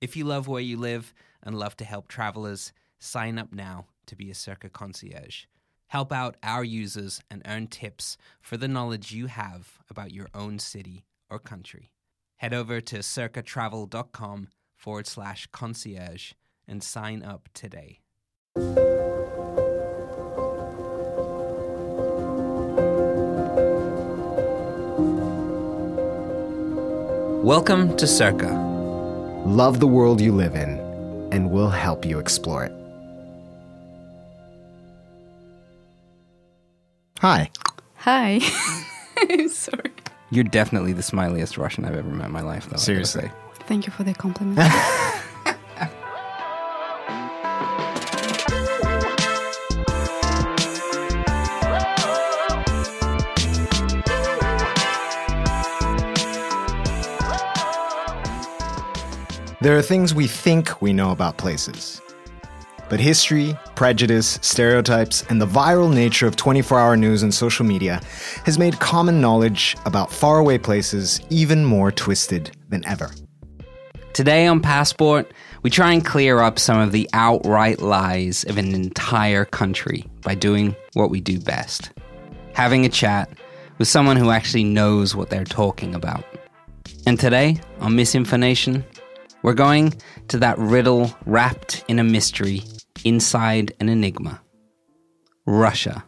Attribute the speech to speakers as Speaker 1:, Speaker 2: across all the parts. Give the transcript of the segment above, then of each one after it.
Speaker 1: If you love where you live and love to help travelers, sign up now to be a Circa concierge. Help out our users and earn tips for the knowledge you have about your own city or country. Head over to circatravel.com forward slash concierge and sign up today. Welcome to Circa.
Speaker 2: Love the world you live in, and we'll help you explore it. Hi.
Speaker 3: Hi. Sorry.
Speaker 1: You're definitely the smiliest Russian I've ever met in my life, though. I gotta
Speaker 2: Seriously.
Speaker 1: say.
Speaker 3: Thank you for the compliment.
Speaker 2: There are things we think we know about places. But history, prejudice, stereotypes, and the viral nature of 24 hour news and social media has made common knowledge about faraway places even more twisted than ever.
Speaker 1: Today on Passport, we try and clear up some of the outright lies of an entire country by doing what we do best having a chat with someone who actually knows what they're talking about. And today, on Misinformation, we're going to that riddle wrapped in a mystery inside an enigma Russia.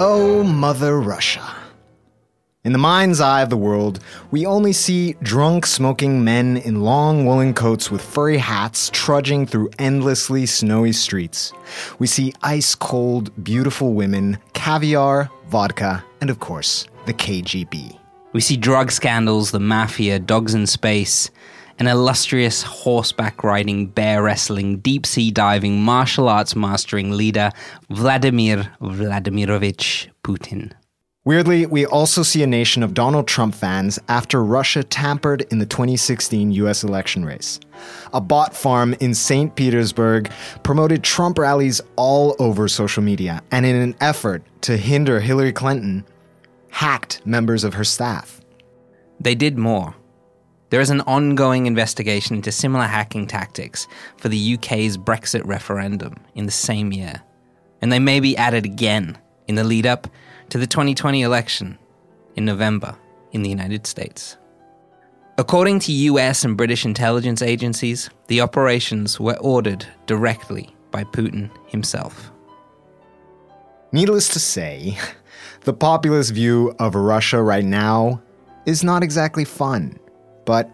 Speaker 2: Oh, Mother Russia. In the mind's eye of the world, we only see drunk smoking men in long woolen coats with furry hats trudging through endlessly snowy streets. We see ice cold, beautiful women, caviar, vodka, and of course, the KGB.
Speaker 1: We see drug scandals, the mafia, dogs in space, an illustrious horseback riding, bear wrestling, deep sea diving, martial arts mastering leader, Vladimir Vladimirovich Putin.
Speaker 2: Weirdly, we also see a nation of Donald Trump fans after Russia tampered in the 2016 US election race. A bot farm in St. Petersburg promoted Trump rallies all over social media and, in an effort to hinder Hillary Clinton, hacked members of her staff.
Speaker 1: They did more. There is an ongoing investigation into similar hacking tactics for the UK's Brexit referendum in the same year, and they may be added again in the lead up to the 2020 election in November in the United States. According to US and British intelligence agencies, the operations were ordered directly by Putin himself.
Speaker 2: Needless to say, the populist view of Russia right now is not exactly fun. But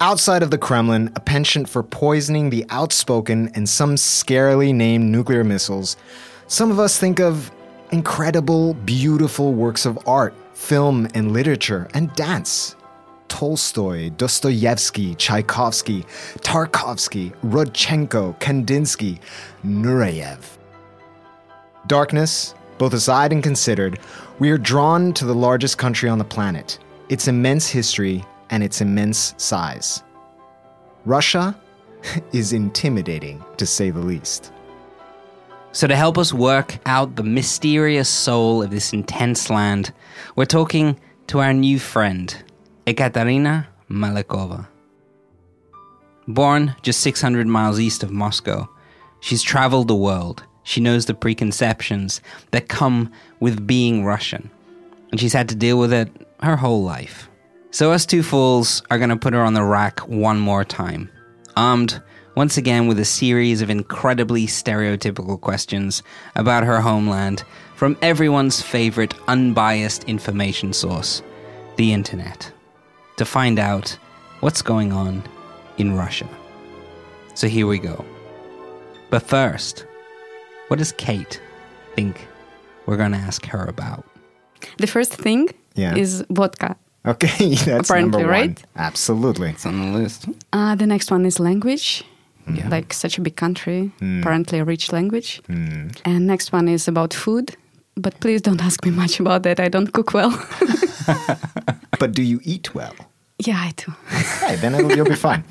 Speaker 2: outside of the Kremlin, a penchant for poisoning the outspoken and some scarily named nuclear missiles, some of us think of incredible, beautiful works of art, film and literature, and dance. Tolstoy, Dostoevsky, Tchaikovsky, Tarkovsky, Rodchenko, Kandinsky, Nureyev. Darkness, both aside and considered, we are drawn to the largest country on the planet, its immense history, and its immense size. Russia is intimidating, to say the least.
Speaker 1: So, to help us work out the mysterious soul of this intense land, we're talking to our new friend, Ekaterina Malikova. Born just 600 miles east of Moscow, she's traveled the world. She knows the preconceptions that come with being Russian, and she's had to deal with it her whole life. So us two fools are going to put her on the rack one more time. Armed once again with a series of incredibly stereotypical questions about her homeland from everyone's favorite unbiased information source, the internet, to find out what's going on in Russia. So here we go. But first, what does Kate think we're going to ask her about?
Speaker 3: The first thing
Speaker 2: Yeah.
Speaker 3: is vodka.
Speaker 2: Okay, that's number
Speaker 3: Apparently,
Speaker 2: one.
Speaker 3: right?
Speaker 2: Absolutely.
Speaker 1: It's on the list.
Speaker 3: Uh, the next one is language.
Speaker 1: Yeah.
Speaker 3: Like such a big country, apparently a rich language. And next one is about food. But please don't ask me much about that. I don't cook well.
Speaker 2: But do you eat well?
Speaker 3: yeah, I do.
Speaker 2: Okay, then it'll, you'll be fine.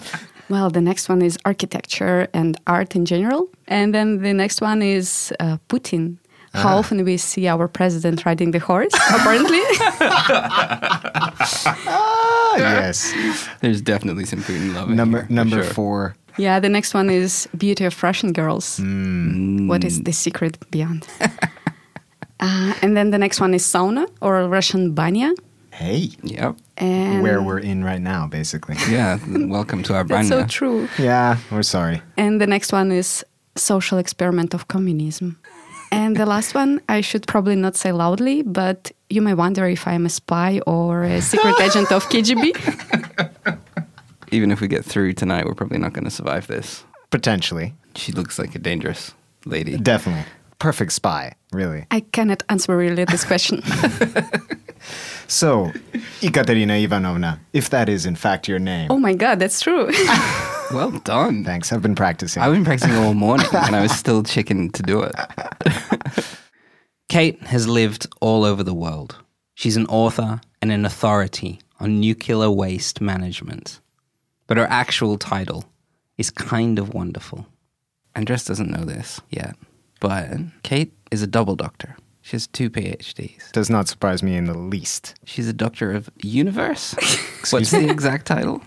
Speaker 3: Well, the next one is architecture and art in general. And then the next one is uh, Putin. How often we see our president riding the horse, apparently.
Speaker 2: Ah, yes.
Speaker 1: There's definitely some Putin love. in
Speaker 2: Number
Speaker 1: here, for
Speaker 2: number
Speaker 1: sure.
Speaker 2: four.
Speaker 3: yeah, the next one is beauty of Russian girls.
Speaker 2: Mm.
Speaker 3: What is the secret beyond? uh, and then the next one is sauna or Russian banya.
Speaker 2: Hey,
Speaker 1: Yep.
Speaker 3: And
Speaker 2: where we're in right now, basically.
Speaker 1: Yeah. Welcome to our brand.
Speaker 3: that's so true.
Speaker 2: Yeah, we're sorry.
Speaker 3: And the next one is social experiment of communism. And the last one, I should probably not say loudly, but you may wonder if I'm a spy or a secret agent of KGB.
Speaker 4: even if we get through tonight, we're probably not going to survive this.
Speaker 2: Potentially,
Speaker 4: She looks like a dangerous lady.
Speaker 2: definitely, perfect spy, really.
Speaker 3: I cannot answer really this question.
Speaker 2: So, Ekaterina Ivanovna, if that is in fact your name,
Speaker 3: oh my God, that's true.
Speaker 4: well done.
Speaker 2: thanks. I've been practicing.
Speaker 4: I've been practicing all morning and I was still chicken to do it.
Speaker 1: Kate has lived all over the world. She's an author and an authority on nuclear waste management. But her actual title is kind of wonderful.
Speaker 4: Andres doesn't know this yet, but Kate is a double doctor. She has two PhDs.
Speaker 2: Does not surprise me in the least.
Speaker 4: She's a doctor of universe. What's the exact title?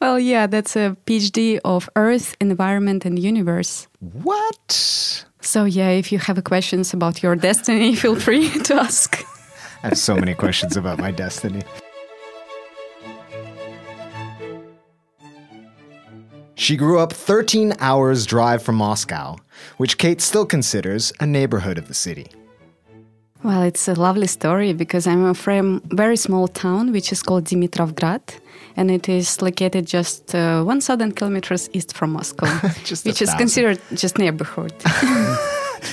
Speaker 3: well, yeah, that's a PhD of Earth, Environment, and Universe.
Speaker 2: What?
Speaker 3: So, yeah, if you have questions about your destiny, feel free to ask.
Speaker 2: I have so many questions about my destiny. She grew up 13 hours' drive from Moscow, which Kate still considers a neighborhood of the city.
Speaker 3: Well, it's a lovely story because I'm from a very small town which is called Dimitrovgrad, and it is located just uh, 1,000 kilometers east from Moscow,
Speaker 2: Just a
Speaker 3: which is
Speaker 2: thousand.
Speaker 3: considered just neighborhood.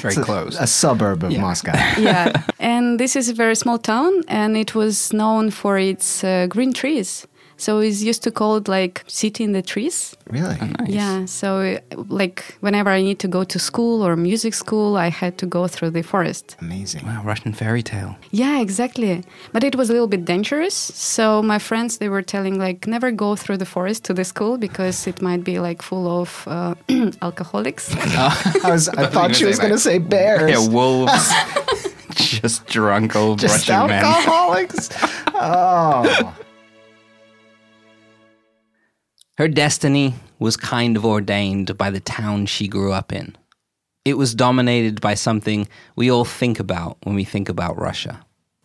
Speaker 4: Very close.
Speaker 2: A suburb of Moscow.
Speaker 3: yeah, and this is a very small town, and it was known for its uh, green trees. So it's used to called like city in the trees.
Speaker 2: Really?
Speaker 3: Yeah. So uh, like whenever I need to go to school or music school, I had to go through the forest.
Speaker 2: Amazing.
Speaker 4: Wow, Russian fairy tale.
Speaker 3: Yeah, exactly. But it was a little bit dangerous. So my friends they were telling like never go through the forest to the school because it might be like full of uh, alcoholics.
Speaker 2: I, was, I thought she
Speaker 4: gonna
Speaker 2: was
Speaker 4: say
Speaker 2: going to say bears.
Speaker 4: Yeah, wolves. Just drunk old
Speaker 2: Just
Speaker 4: Russian men.
Speaker 2: alcoholics. oh.
Speaker 1: Her destiny was kind of ordained by the town she grew up in. It was dominated by something we all think about when we think about Russia.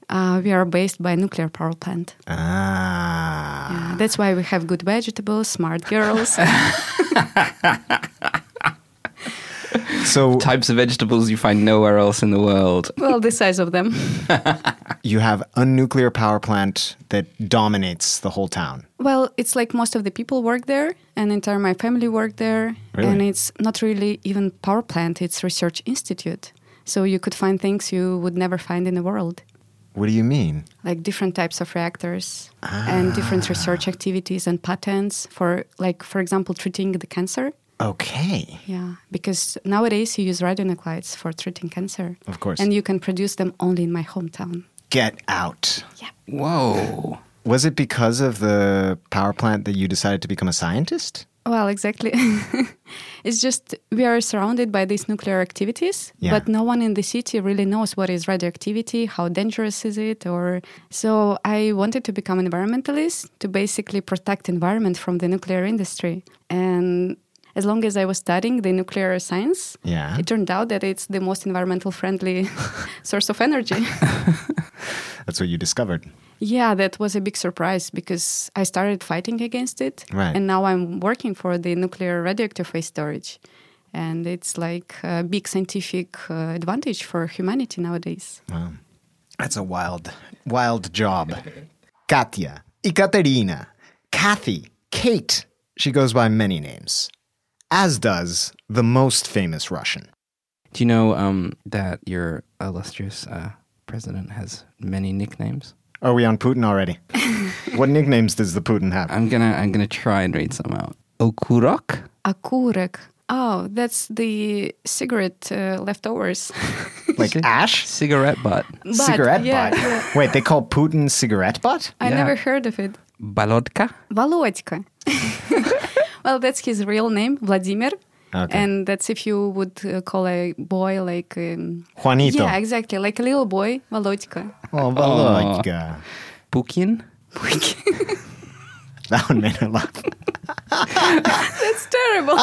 Speaker 3: uh, we are based by nuclear power plant.
Speaker 2: Ah.
Speaker 3: Uh, that's why we have good vegetables, smart girls.
Speaker 2: So
Speaker 4: Types of vegetables you find nowhere else in the world.
Speaker 3: well, the size of them.
Speaker 2: you have a nuclear power plant that dominates the whole town.
Speaker 3: Well, it's like most of the people work there, and entire my family work there.
Speaker 2: Really?
Speaker 3: And it's not really even power plant; it's research institute. So you could find things you would never find in the world.
Speaker 2: What do you mean?
Speaker 3: like different types of reactors
Speaker 2: Ah.
Speaker 3: and different research activities and patents for like for example treating the cancer
Speaker 2: Okay.
Speaker 3: yeah because nowadays you use radionuclides for treating cancer
Speaker 2: Of course.
Speaker 3: and you can produce them only in my hometown
Speaker 2: Get out.
Speaker 4: Whoa.
Speaker 2: Was it because of the power plant that you decided to become a scientist?
Speaker 3: well exactly it's just we are surrounded by these nuclear activities
Speaker 2: Yeah.
Speaker 3: but no one in the city really knows what is radioactivity how dangerous is it or so i wanted to become environmentalist to basically protect environment from the nuclear industry and as long as i was studying the nuclear science
Speaker 2: Yeah.
Speaker 3: it turned out that it's the most environmental friendly source of energy
Speaker 2: That's what you discovered.
Speaker 3: Yeah, that was a big surprise because I started fighting against it.
Speaker 2: Right.
Speaker 3: And now I'm working for the nuclear radioactive waste storage. And it's like a big scientific uh, advantage for humanity nowadays.
Speaker 2: That's a wild, wild job. Katya, Ekaterina, Kathy, Kate. She goes by many names, as does the most famous Russian.
Speaker 1: Do you know um, that your illustrious uh, president has many nicknames?
Speaker 2: Are we on Putin already? what nicknames does the Putin have?
Speaker 1: I'm gonna I'm gonna try and read some out. Okurok,
Speaker 3: Akurek. Oh, that's the cigarette uh, leftovers.
Speaker 2: Like ash?
Speaker 1: cigarette butt,
Speaker 3: But,
Speaker 2: cigarette
Speaker 3: yeah,
Speaker 2: butt?
Speaker 3: yeah.
Speaker 2: Wait, they call Putin cigarette butt?
Speaker 3: I
Speaker 1: Yeah.
Speaker 3: never heard of it.
Speaker 1: balodka,
Speaker 3: Володька. well, that's his real name, Vladimir.
Speaker 2: Okay.
Speaker 3: And that's if you would uh, call a boy like. Um,
Speaker 2: Juanito.
Speaker 3: Yeah, exactly. Like a little boy, Володька.
Speaker 2: Oh, uh, Volodka.
Speaker 1: pukin,
Speaker 2: That one made me laugh.
Speaker 3: That's terrible.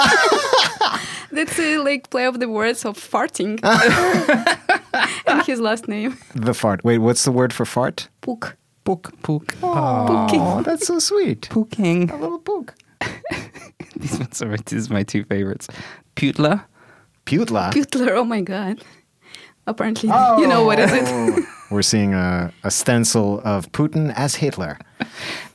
Speaker 3: that's a like play of the words of farting. and his last name,
Speaker 2: The fart. Wait, what's the word for fart?
Speaker 3: Puk.
Speaker 1: puk puk,
Speaker 2: Oh, that's so sweet.
Speaker 1: puking.
Speaker 2: A little pook.
Speaker 1: These ones are these are my two favorites. Putla,
Speaker 2: Putla.
Speaker 3: Butler, oh my god. Apparently, you know what is it?
Speaker 2: We're seeing a, a stencil of Putin as Hitler.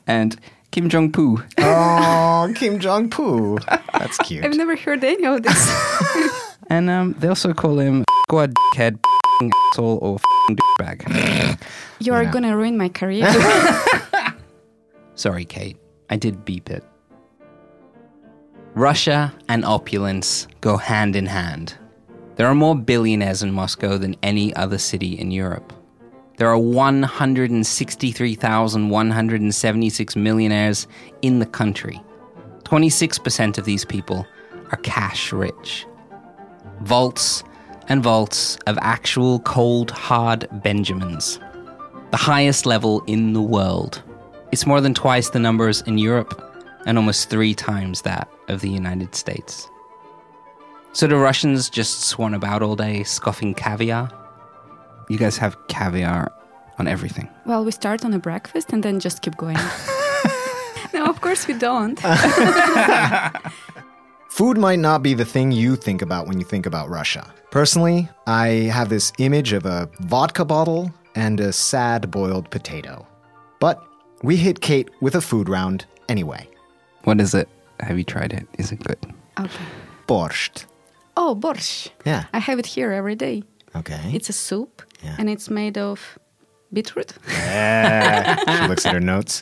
Speaker 1: and Kim Jong Poo.
Speaker 2: Oh, Kim Jong Poo. That's cute.
Speaker 3: I've never heard any of this.
Speaker 1: And um, they also call him squad head asshole or douchebag.
Speaker 3: You are
Speaker 2: Yeah.
Speaker 3: gonna ruin my career.
Speaker 1: Sorry, Kate. I did beep it. Russia and opulence go hand in hand. There are more billionaires in Moscow than any other city in Europe. There are 163,176 millionaires in the country. 26% of these people are cash rich. Vaults and vaults of actual cold, hard Benjamins the highest level in the world. It's more than twice the numbers in Europe and almost three times that of the United States. So do Russians just swan about all day scoffing caviar? You guys have caviar on everything.
Speaker 3: well, we start on a breakfast and then just keep going. no, of course we don't.
Speaker 2: Food might not be the thing you think about when you think about Russia. Personally, I have this image of a vodka bottle and a sad boiled potato. But we hit Kate with a food round anyway.
Speaker 1: What is it? Have you tried it? Is it good?
Speaker 3: Okay.
Speaker 2: Borscht.
Speaker 3: Oh, borscht.
Speaker 2: Yeah.
Speaker 3: I have it here every day.
Speaker 2: Okay.
Speaker 3: It's a soup
Speaker 2: Yeah.
Speaker 3: and it's made of beetroot.
Speaker 2: Yeah. Uh, she looks at her notes.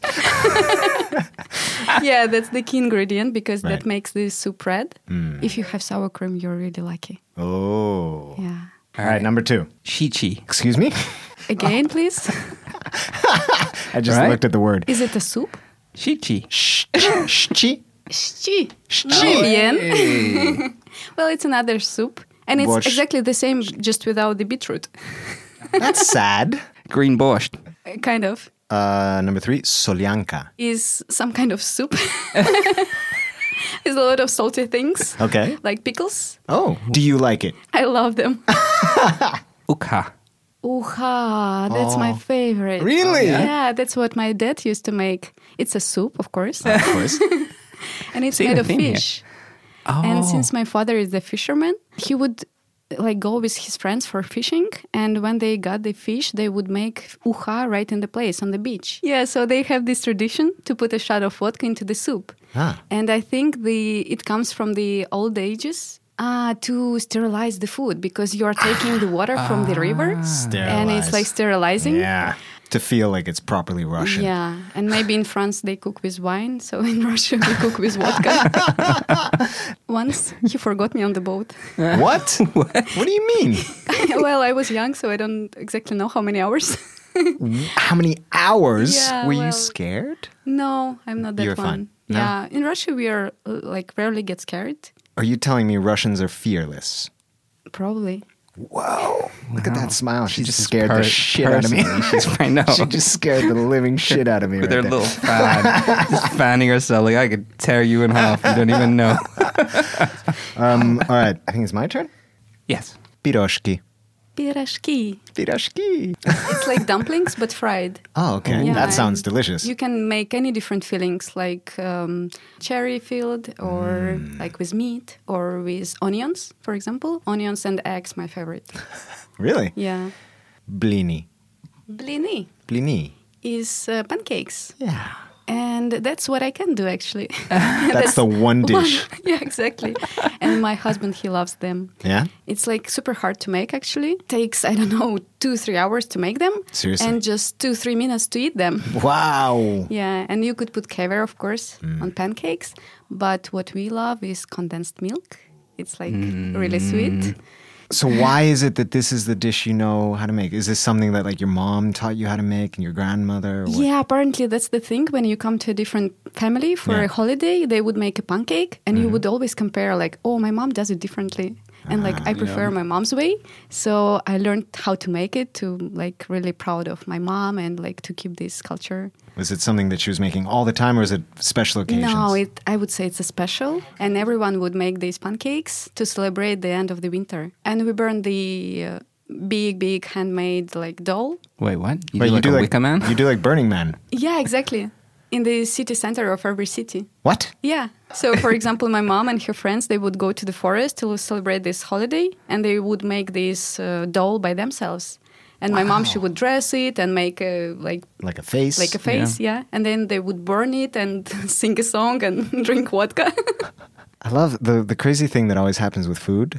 Speaker 3: yeah, that's the key ingredient because
Speaker 2: Right. Mm.
Speaker 3: that makes the soup red. If you have sour cream, you're really lucky.
Speaker 2: Oh.
Speaker 3: Yeah.
Speaker 2: All right, number two.
Speaker 1: Shichi.
Speaker 2: Excuse me? Oh.
Speaker 3: Again, please.
Speaker 2: I just
Speaker 1: Right?
Speaker 2: looked at the word.
Speaker 3: Is it a soup?
Speaker 1: Shichi.
Speaker 2: Sh- sh- chi?
Speaker 3: Shchi. Oh,
Speaker 2: Shchi.
Speaker 3: well, it's another soup. And it's
Speaker 2: Borscht.
Speaker 3: exactly the same, just without the beetroot.
Speaker 2: That's sad.
Speaker 1: Green borscht.
Speaker 3: Uh, kind of.
Speaker 2: Uh, number three, solyanka.
Speaker 3: Is some kind of soup. There's a lot of salty things,
Speaker 2: Okay.
Speaker 3: like pickles.
Speaker 2: Oh, do you like it?
Speaker 3: I love them.
Speaker 1: Ukha.
Speaker 3: Uha, that's my favorite.
Speaker 2: Really?
Speaker 3: Yeah. that's what my dad used to make. It's a soup, of course,
Speaker 2: Of course.
Speaker 3: and it's
Speaker 1: See,
Speaker 3: made
Speaker 1: the
Speaker 3: of
Speaker 1: thing here.
Speaker 3: fish.
Speaker 1: Oh.
Speaker 2: Oh.
Speaker 3: And since my father is a fisherman, he would like go with his friends for fishing and when they got the fish they would make uha right in the place on the beach yeah so they have this tradition to put a shot of vodka into the soup
Speaker 2: Ah.
Speaker 3: and i think the it comes from the old ages uh, to sterilize the food because you are taking the water from the river and it's like sterilizing
Speaker 2: Ah. Yeah. To feel like it's properly Russian.
Speaker 3: Yeah, and maybe in France they cook with wine, so in Russia we cook with vodka. Once he forgot me on the boat.
Speaker 2: What? what? do you mean?
Speaker 3: well, I was young, so I don't exactly know how many hours.
Speaker 2: How many hours
Speaker 3: Yeah,
Speaker 2: were you
Speaker 3: well-
Speaker 2: scared?
Speaker 3: no, I'm not that
Speaker 2: You're
Speaker 3: one.
Speaker 2: fine. No?
Speaker 3: Yeah, in Russia we are uh, like rarely get scared.
Speaker 2: Are you telling me Russians are fearless?
Speaker 3: Probably.
Speaker 2: Whoa. Look at that smile. She
Speaker 1: She's
Speaker 2: just scared
Speaker 1: per-
Speaker 2: the shit out of me.
Speaker 1: personally, She's, I know.
Speaker 2: she just scared the living shit out of me.
Speaker 1: with
Speaker 2: right
Speaker 1: her
Speaker 2: there.
Speaker 1: little fan, just fanning herself like I could tear you in half. You don't even know.
Speaker 2: Um, all right. I think it's my turn.
Speaker 1: Yes.
Speaker 2: Piroshki.
Speaker 3: Pirashki.
Speaker 2: Pirashki.
Speaker 3: It's like dumplings but fried.
Speaker 2: Oh, okay.
Speaker 3: Yeah,
Speaker 2: that sounds
Speaker 3: and
Speaker 2: delicious.
Speaker 3: You can make any different fillings, like um, cherry filled, or
Speaker 2: Mm.
Speaker 3: like with meat, or with onions, for example. Onions and eggs, my favorite.
Speaker 2: really?
Speaker 3: Yeah.
Speaker 2: Blini.
Speaker 3: Blini
Speaker 2: Blini.
Speaker 3: is uh, pancakes,
Speaker 2: Yeah.
Speaker 3: and that's what I can do actually.
Speaker 2: That's the one dish.
Speaker 3: yeah, exactly. and my husband, he loves them.
Speaker 2: Yeah?
Speaker 3: It's like super hard to make actually. Takes, I don't know, two, three hours to make them.
Speaker 2: Seriously?
Speaker 3: And just two, three minutes to eat them.
Speaker 2: Wow.
Speaker 3: Yeah, and you could put caviar, of course,
Speaker 2: Mm.
Speaker 3: on pancakes. But what we love is condensed milk. It's like really sweet.
Speaker 2: Mm. So why is it that this is the dish you know how to make? Is this something that like your mom taught you how to make and your grandmother? Or what?
Speaker 3: Yeah, apparently that's the thing. When you come to a different family for
Speaker 2: Yeah. Mm-hmm.
Speaker 3: a holiday, they would make a pancake, and you would always compare, like, oh, my mom does it differently. And like I
Speaker 2: Ah,
Speaker 3: prefer my mom's way, so I learned how to make it to like really proud of my mom and like to keep this culture.
Speaker 2: Was it something that she was making all the time or is it special occasions?
Speaker 3: No, it I would say it's a special, and everyone would make these pancakes to celebrate the end of the winter. And we burn the uh, big, big handmade like doll.
Speaker 1: Wait, what? You
Speaker 2: Wait,
Speaker 1: do like a Wicker Man?
Speaker 2: You do like Burning Man.
Speaker 3: Yeah, exactly. In the city center of every city.
Speaker 2: What?
Speaker 3: Yeah. So, for example, my mom and her friends they would go to the forest to celebrate this holiday, and they would make this uh, doll by themselves. And my mom she would dress it and make a like
Speaker 2: Like a face?
Speaker 3: like a face, yeah. And then they would burn it and sing a song and drink vodka.
Speaker 2: I love the the crazy thing that always happens with food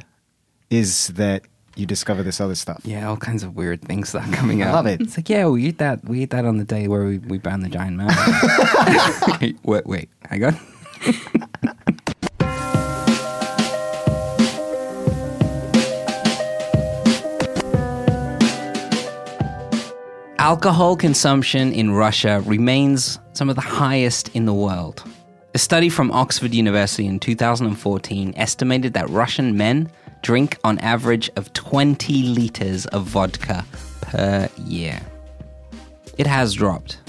Speaker 2: is that you discover this other stuff.
Speaker 1: Yeah, all kinds of weird things that are coming out.
Speaker 2: love it.
Speaker 1: It's like, yeah, we eat that. We eat that on the day where we, we banned the giant mountain. wait, wait, wait, hang on. Alcohol consumption in Russia remains some of the highest in the world. A study from Oxford University in 2014 estimated that Russian men drink on average of 20 liters of vodka per year. It has dropped.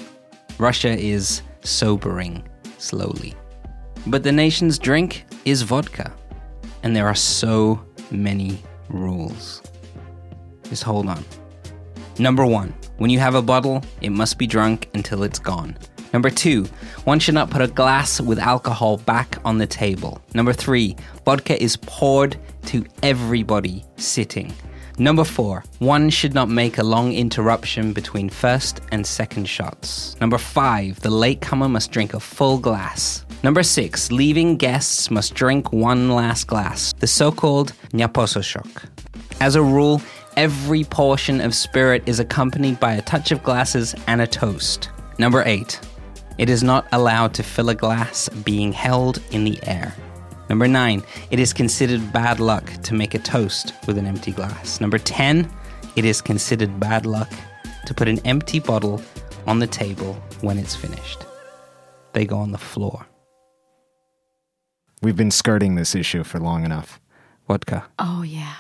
Speaker 1: Russia is sobering slowly. But the nation's drink is vodka, and there are so many rules. Just hold on. Number one, when you have a bottle, it must be drunk until it's gone. Number two, one should not put a glass with alcohol back on the table. Number three, vodka is poured to everybody sitting. Number four, one should not make a long interruption between first and second shots. Number five, the latecomer must drink a full glass. Number six, leaving guests must drink one last glass, the so called Nyapososhok. As a rule, every portion of spirit is accompanied by a touch of glasses and a toast. Number eight, it is not allowed to fill a glass being held in the air. Number nine, it is considered bad luck to make a toast with an empty glass. Number 10, it is considered bad luck to put an empty bottle on the table when it's finished. They go on the floor.
Speaker 2: We've been skirting this issue for long enough.
Speaker 1: Vodka.
Speaker 3: Oh yeah.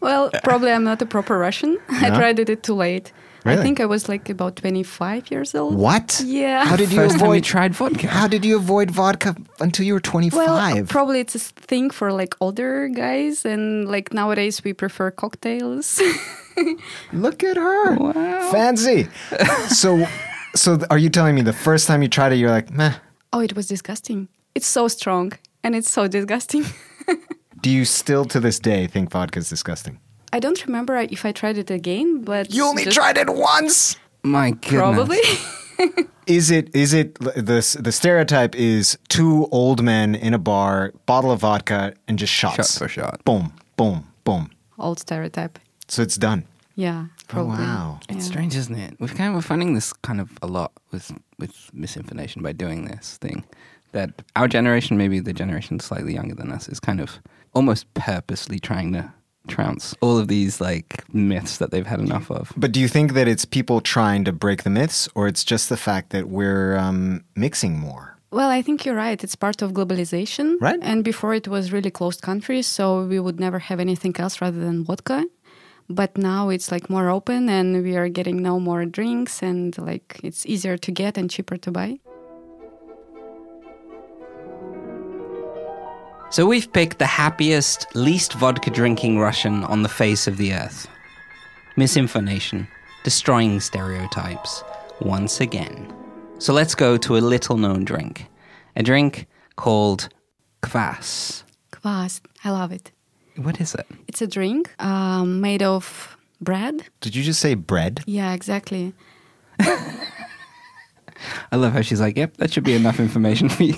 Speaker 3: well, probably I'm not a proper Russian. I tried it too late.
Speaker 2: Really?
Speaker 3: I think I was like about 25 years old.
Speaker 2: What?
Speaker 3: Yeah.
Speaker 2: How did you
Speaker 1: First time you
Speaker 2: avoid
Speaker 1: tried vodka.
Speaker 2: How did you avoid vodka until you were 25?
Speaker 3: Well, probably it's a thing for like older guys, and like nowadays we prefer cocktails.
Speaker 2: Look at her. Fancy. so so th- are you telling me the first time you tried it you're like, "Meh."
Speaker 3: oh, it was disgusting. It's so strong and it's so disgusting.
Speaker 2: Do you still to this day think vodka's disgusting?
Speaker 3: I don't remember if I tried it again, but
Speaker 2: You only
Speaker 3: just
Speaker 2: tried it once.
Speaker 1: My goodness.
Speaker 3: probably.
Speaker 2: Is it is it l- the s- the stereotype is two old men in a bar, bottle of vodka and just shots.
Speaker 1: Shot for shot.
Speaker 2: Boom, boom, boom.
Speaker 3: Old stereotype.
Speaker 2: So it's done.
Speaker 3: Yeah, probably.
Speaker 2: Oh, wow.
Speaker 1: It's
Speaker 3: Yeah.
Speaker 1: strange, isn't it? We've kind of we're finding this kind of a lot with with misinformation by doing this thing. That our generation, maybe the generation slightly younger than us, is kind of almost purposely trying to trounce all of these like myths that they've had enough of.
Speaker 2: But do you think that it's people trying to break the myths, or it's just the fact that we're um, mixing more?
Speaker 3: Well, I think you're right. It's part of globalization.
Speaker 2: Right.
Speaker 3: And before it was really closed countries, so we would never have anything else rather than vodka. But now it's like more open and we are getting now more drinks and like it's easier to get and cheaper to buy.
Speaker 4: So we've picked the happiest, least vodka drinking Russian on the face of the earth. Misinformation, destroying stereotypes, once again. So let's go to a little known drink, a drink called kvass.
Speaker 3: Kvass. I love it.
Speaker 4: What is it?
Speaker 3: It's a drink um, made of bread.
Speaker 2: Did you just say bread?
Speaker 3: Yeah, exactly.
Speaker 4: I love how she's like, yep, that should be enough information for you.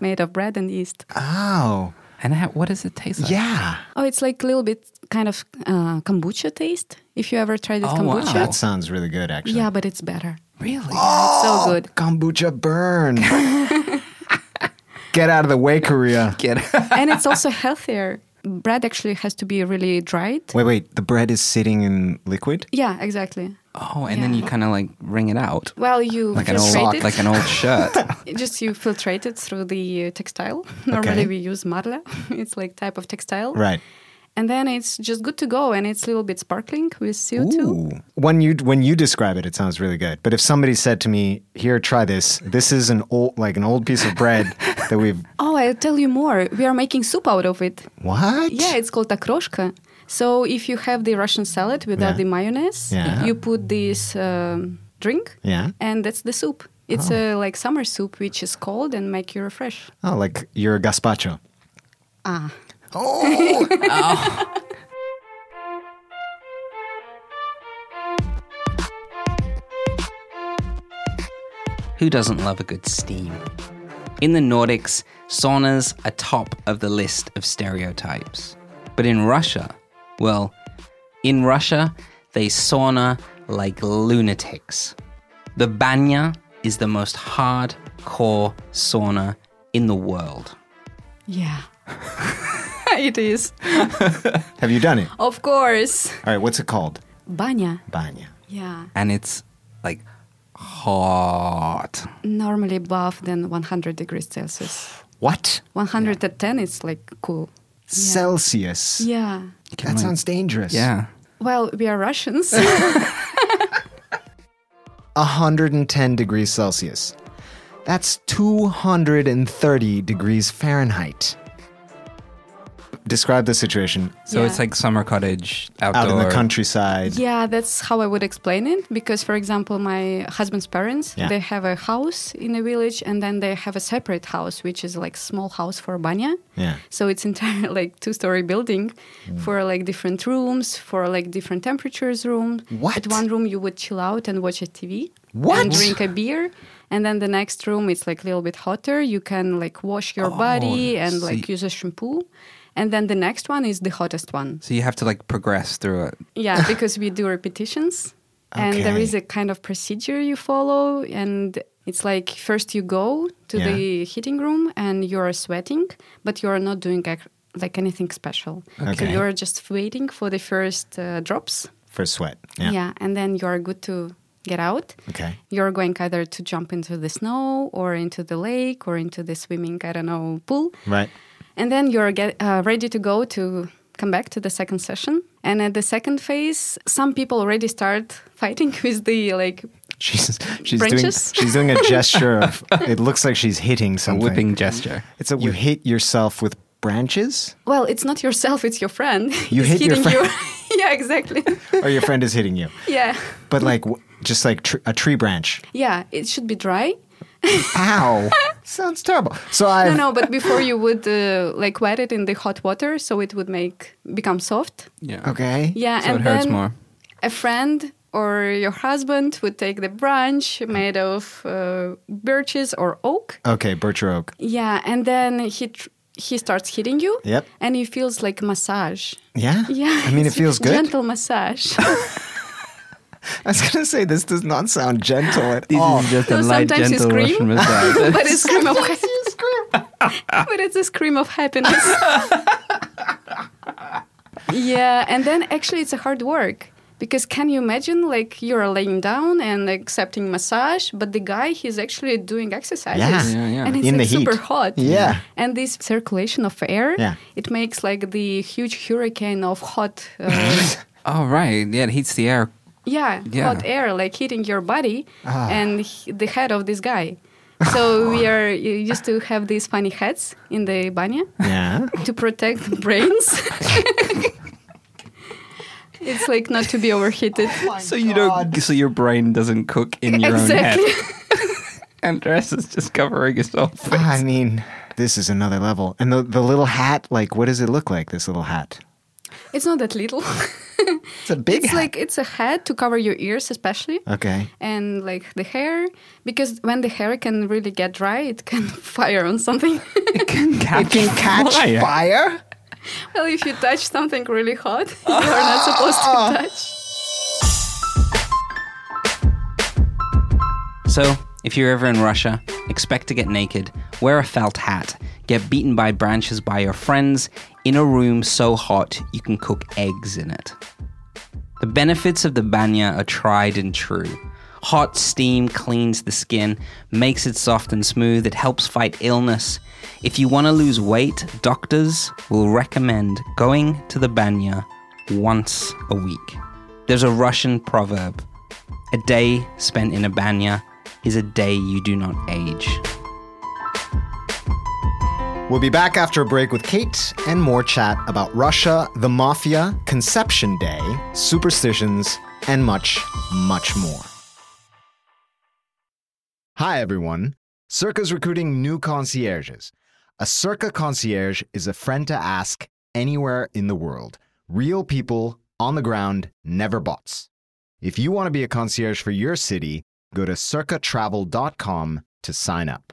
Speaker 3: Made of bread and yeast.
Speaker 2: Oh,
Speaker 4: And how, what does it taste like?
Speaker 2: yeah.
Speaker 3: Oh, it's like a little bit kind of uh, kombucha taste. If you ever tried it,
Speaker 4: Oh, wow.
Speaker 3: kombucha.
Speaker 2: That sounds really good, actually.
Speaker 3: Yeah, but it's better.
Speaker 4: Really?
Speaker 3: It's
Speaker 4: Oh!
Speaker 3: so good.
Speaker 2: Kombucha burn. Get out of the way, Korea.
Speaker 4: Get
Speaker 3: and it's also healthier. Bread actually has to be really dried.
Speaker 2: Wait, wait. The bread is sitting in liquid?
Speaker 3: Yeah, exactly.
Speaker 4: Oh, and then
Speaker 3: Yeah.
Speaker 4: you kind of like wring it out.
Speaker 3: Well, you
Speaker 4: Like an old
Speaker 3: filtrate
Speaker 4: sock,
Speaker 3: it.
Speaker 4: like an old shirt.
Speaker 3: Just you filtrate it through the uh, textile. Normally we use marla. it's like type of textile.
Speaker 2: Right.
Speaker 3: And then it's just good to go, and it's a little bit sparkling with CO2.
Speaker 2: Ooh. When you when you describe it, it sounds really good. But if somebody said to me, "Here, try this. This is an old like an old piece of bread that we've
Speaker 3: Oh, I'll tell you more. We are making soup out of it.
Speaker 2: what?
Speaker 3: Yeah, it's called akroshka. So if you have the Russian salad without
Speaker 2: Yeah.
Speaker 3: the mayonnaise,
Speaker 2: Yeah.
Speaker 3: you put this um, drink,
Speaker 2: Yeah.
Speaker 3: and that's the soup. It's a like summer soup, which is cold and make you refresh.
Speaker 2: Oh, like you're a gazpacho.
Speaker 3: Ah,
Speaker 2: Oh,
Speaker 4: Who doesn't love a good steam? In the Nordics, saunas are top of the list of stereotypes. But in Russia, well, in Russia, they sauna like lunatics. The banya is the most hardcore sauna in the world.
Speaker 3: yeah, it is.
Speaker 2: have you done it?
Speaker 3: Of course,
Speaker 2: All right. What's it called?
Speaker 3: banya.
Speaker 2: Banya.
Speaker 3: Yeah,
Speaker 4: And it's like hot.
Speaker 3: normally above than 100 degrees Celsius.
Speaker 2: What?
Speaker 3: 110 is like cool.
Speaker 2: Celsius.
Speaker 3: Yeah.
Speaker 2: That sounds dangerous.
Speaker 4: Yeah.
Speaker 3: Well, we are Russians.
Speaker 2: 110 degrees Celsius. That's 230 degrees Fahrenheit. Describe the situation
Speaker 4: So
Speaker 3: Yeah.
Speaker 4: it's like summer cottage outdoor.
Speaker 2: out in the countryside.
Speaker 3: yeah, that's how I would explain it. Because, for example, my husband's parents,
Speaker 2: Yeah.
Speaker 3: they have a house in a village and then they have a separate house, which is like small house for banya.
Speaker 2: Yeah.
Speaker 3: So it's entire like two-story building
Speaker 4: Mm.
Speaker 3: for like different rooms, for like different temperatures room.
Speaker 2: What?
Speaker 3: At one room you would chill out and watch a TV.
Speaker 2: What?
Speaker 3: And drink a beer. And then the next room it's like a little bit hotter. You can like wash your body
Speaker 4: I
Speaker 3: and like
Speaker 4: Oh, see.
Speaker 3: use a shampoo. And then the next one is the hottest one.
Speaker 4: So you have to like progress through it.
Speaker 3: Yeah, because we do repetitions and there
Speaker 2: Okay.
Speaker 3: is a kind of procedure you follow and it's like first you go to
Speaker 2: Yeah.
Speaker 3: the heating room and you're sweating, but you're not doing ac- like anything special. So
Speaker 2: Okay.
Speaker 3: you're just waiting for the first uh, drops.
Speaker 2: For sweat.
Speaker 3: Yeah.
Speaker 2: Yeah.
Speaker 3: and then you're good to get out.
Speaker 2: Okay.
Speaker 3: You're going either to jump into the snow or into the lake or into the swimming, I don't know, pool.
Speaker 2: Right.
Speaker 3: And then you're get, uh, ready to go to come back to the second session. And at the second phase, some people already start fighting with the like,
Speaker 2: She's she's doing
Speaker 3: Branches?
Speaker 2: she's doing a gesture of it looks like she's hitting
Speaker 4: A
Speaker 2: something.
Speaker 4: whipping gesture.
Speaker 2: It's a you hit yourself with branches
Speaker 3: well, it's not yourself, it's your friend.
Speaker 2: You
Speaker 3: He's
Speaker 2: hit your
Speaker 3: hitting
Speaker 2: friend.
Speaker 3: you. yeah, exactly.
Speaker 2: or your friend is hitting you.
Speaker 3: yeah.
Speaker 2: But like w- just like tr- a tree branch.
Speaker 3: Yeah, it should be dry.
Speaker 2: Ow. Sounds terrible. So I
Speaker 3: No, no, but before you would uh, like wet it in the hot water so it would make become soft.
Speaker 4: Yeah.
Speaker 2: Okay.
Speaker 3: Yeah,
Speaker 4: So
Speaker 3: and
Speaker 4: it hurts
Speaker 3: then
Speaker 4: more.
Speaker 3: a friend or your husband would take the branch made of uh, birches or oak
Speaker 2: Okay, birch or oak.
Speaker 3: Yeah, and then he tr- he starts hitting you.
Speaker 2: Yep.
Speaker 3: And it feels like massage.
Speaker 2: Yeah?
Speaker 3: Yeah.
Speaker 2: I mean it
Speaker 3: it's
Speaker 2: feels good.
Speaker 3: Gentle massage.
Speaker 2: I was gonna say this does not sound gentle at all.
Speaker 4: is just
Speaker 3: No, Oh. sometimes you scream.
Speaker 4: massage.
Speaker 3: but it's scream of But it's a scream of happiness. yeah, and then actually it's a hard work. Because can you imagine like you're laying down and accepting massage, but the guy he's actually doing exercises.
Speaker 2: Yeah,
Speaker 4: yeah.
Speaker 3: And it's
Speaker 2: In
Speaker 3: like
Speaker 2: the heat.
Speaker 3: super hot.
Speaker 2: Yeah.
Speaker 3: And this circulation of air,
Speaker 2: Yeah.
Speaker 3: it makes like the huge hurricane of hot uh,
Speaker 4: oh right, yeah, it heats the air.
Speaker 3: Yeah,
Speaker 4: Yeah. Ah.
Speaker 3: hot air like hitting your body and h- the head of this guy. So we are you used to have these funny hats in the banya
Speaker 2: Yeah.
Speaker 3: to protect the brains. it's like not to be overheated.
Speaker 4: So you don't. So your brain doesn't cook in your own
Speaker 3: exactly.
Speaker 4: head. Andres is just covering his own face.
Speaker 2: I mean, this is another level. And the, the little hat, like, what does it look like, this little hat?
Speaker 3: It's not that little.
Speaker 2: It's a big
Speaker 3: it's
Speaker 2: hat.
Speaker 3: like it's a hat to cover your ears especially.
Speaker 4: Uh.
Speaker 2: okay.
Speaker 3: And like the hair, because when the hair can really get dry, it can fire on something.
Speaker 2: It can catch fire.
Speaker 3: well, if you touch something really hot, you are not supposed to touch.
Speaker 4: So, if you're ever in Russia, expect to get naked, wear a felt hat, get beaten by branches by your friends in a room so hot you can cook eggs in it. The benefits of the banya are tried and true. Hot steam cleans the skin, makes it soft and smooth, it helps fight illness. If you want to lose weight, doctors will recommend going to the banya once a week. There's a Russian proverb a day spent in a banya is a day you do not age.
Speaker 2: We'll be back after a break with Kate and more chat about Russia, the mafia, Conception Day, superstitions, and much, much more. Hi, everyone. Circa's recruiting new concierges. A Circa concierge is a friend to ask anywhere in the world. Real people on the ground, never bots. If you want to be a concierge for your city, go to circatravel.com to sign up.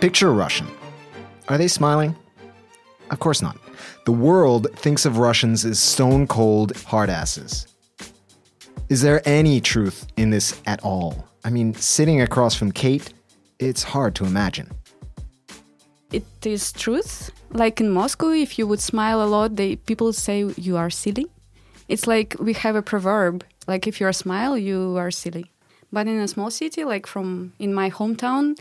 Speaker 2: Picture a Russian. Are they smiling? Of course not. The world thinks of Russians as stone cold hardasses. Is there any truth in this at all? I mean, sitting across from Kate, it's hard to imagine.
Speaker 3: It is truth. Like in Moscow, if you would smile a lot, they people say you are silly. It's like we have a proverb, like if you are smile, you are silly. But in a small city, like from in my hometown,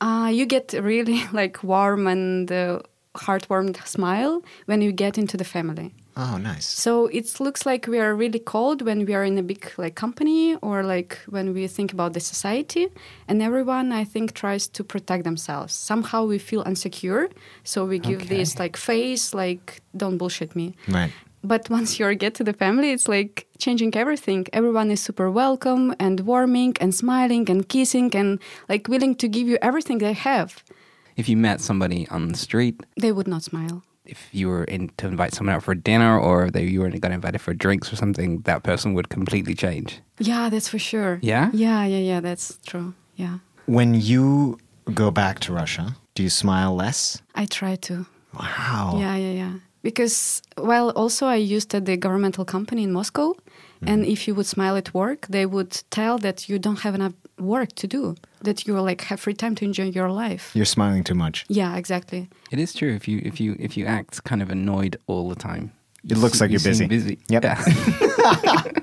Speaker 3: uh, you get really like warm and uh, heartwarmed smile when you get into the family.
Speaker 2: Oh, nice.
Speaker 3: So it looks like we are really cold when we are in a big like company or like when we think about the society. And everyone, I think, tries to protect themselves. Somehow we feel insecure, so we give this like face, like don't bullshit me.
Speaker 2: Right.
Speaker 3: But once you get to the family, it's like changing everything. Everyone is super welcome and warming and smiling and kissing and like willing to give you everything they have.
Speaker 4: If you met somebody on the street,
Speaker 3: They would not smile.
Speaker 4: if you were in to invite someone out for dinner or they, you were got invited for drinks or something, that person would completely change.
Speaker 3: Yeah, that's for sure.
Speaker 4: Yeah?
Speaker 3: Yeah, yeah, yeah, that's true. Yeah.
Speaker 2: When you go back to Russia, do you smile less?
Speaker 3: I try to.
Speaker 2: Wow.
Speaker 3: Yeah, yeah, yeah. Because well, also I used at the governmental company in Moscow,
Speaker 2: Mm-hmm.
Speaker 3: and if you would smile at work, they would tell that you don't have enough work to do, that you like have free time to enjoy your life.
Speaker 2: You're smiling too much.
Speaker 3: Yeah, exactly.
Speaker 4: It is true if you if you if you act kind of annoyed all the time.
Speaker 2: It looks like
Speaker 4: you
Speaker 2: you're busy.
Speaker 4: seem busy.
Speaker 2: Yep. Mm-hmm.
Speaker 4: Yeah.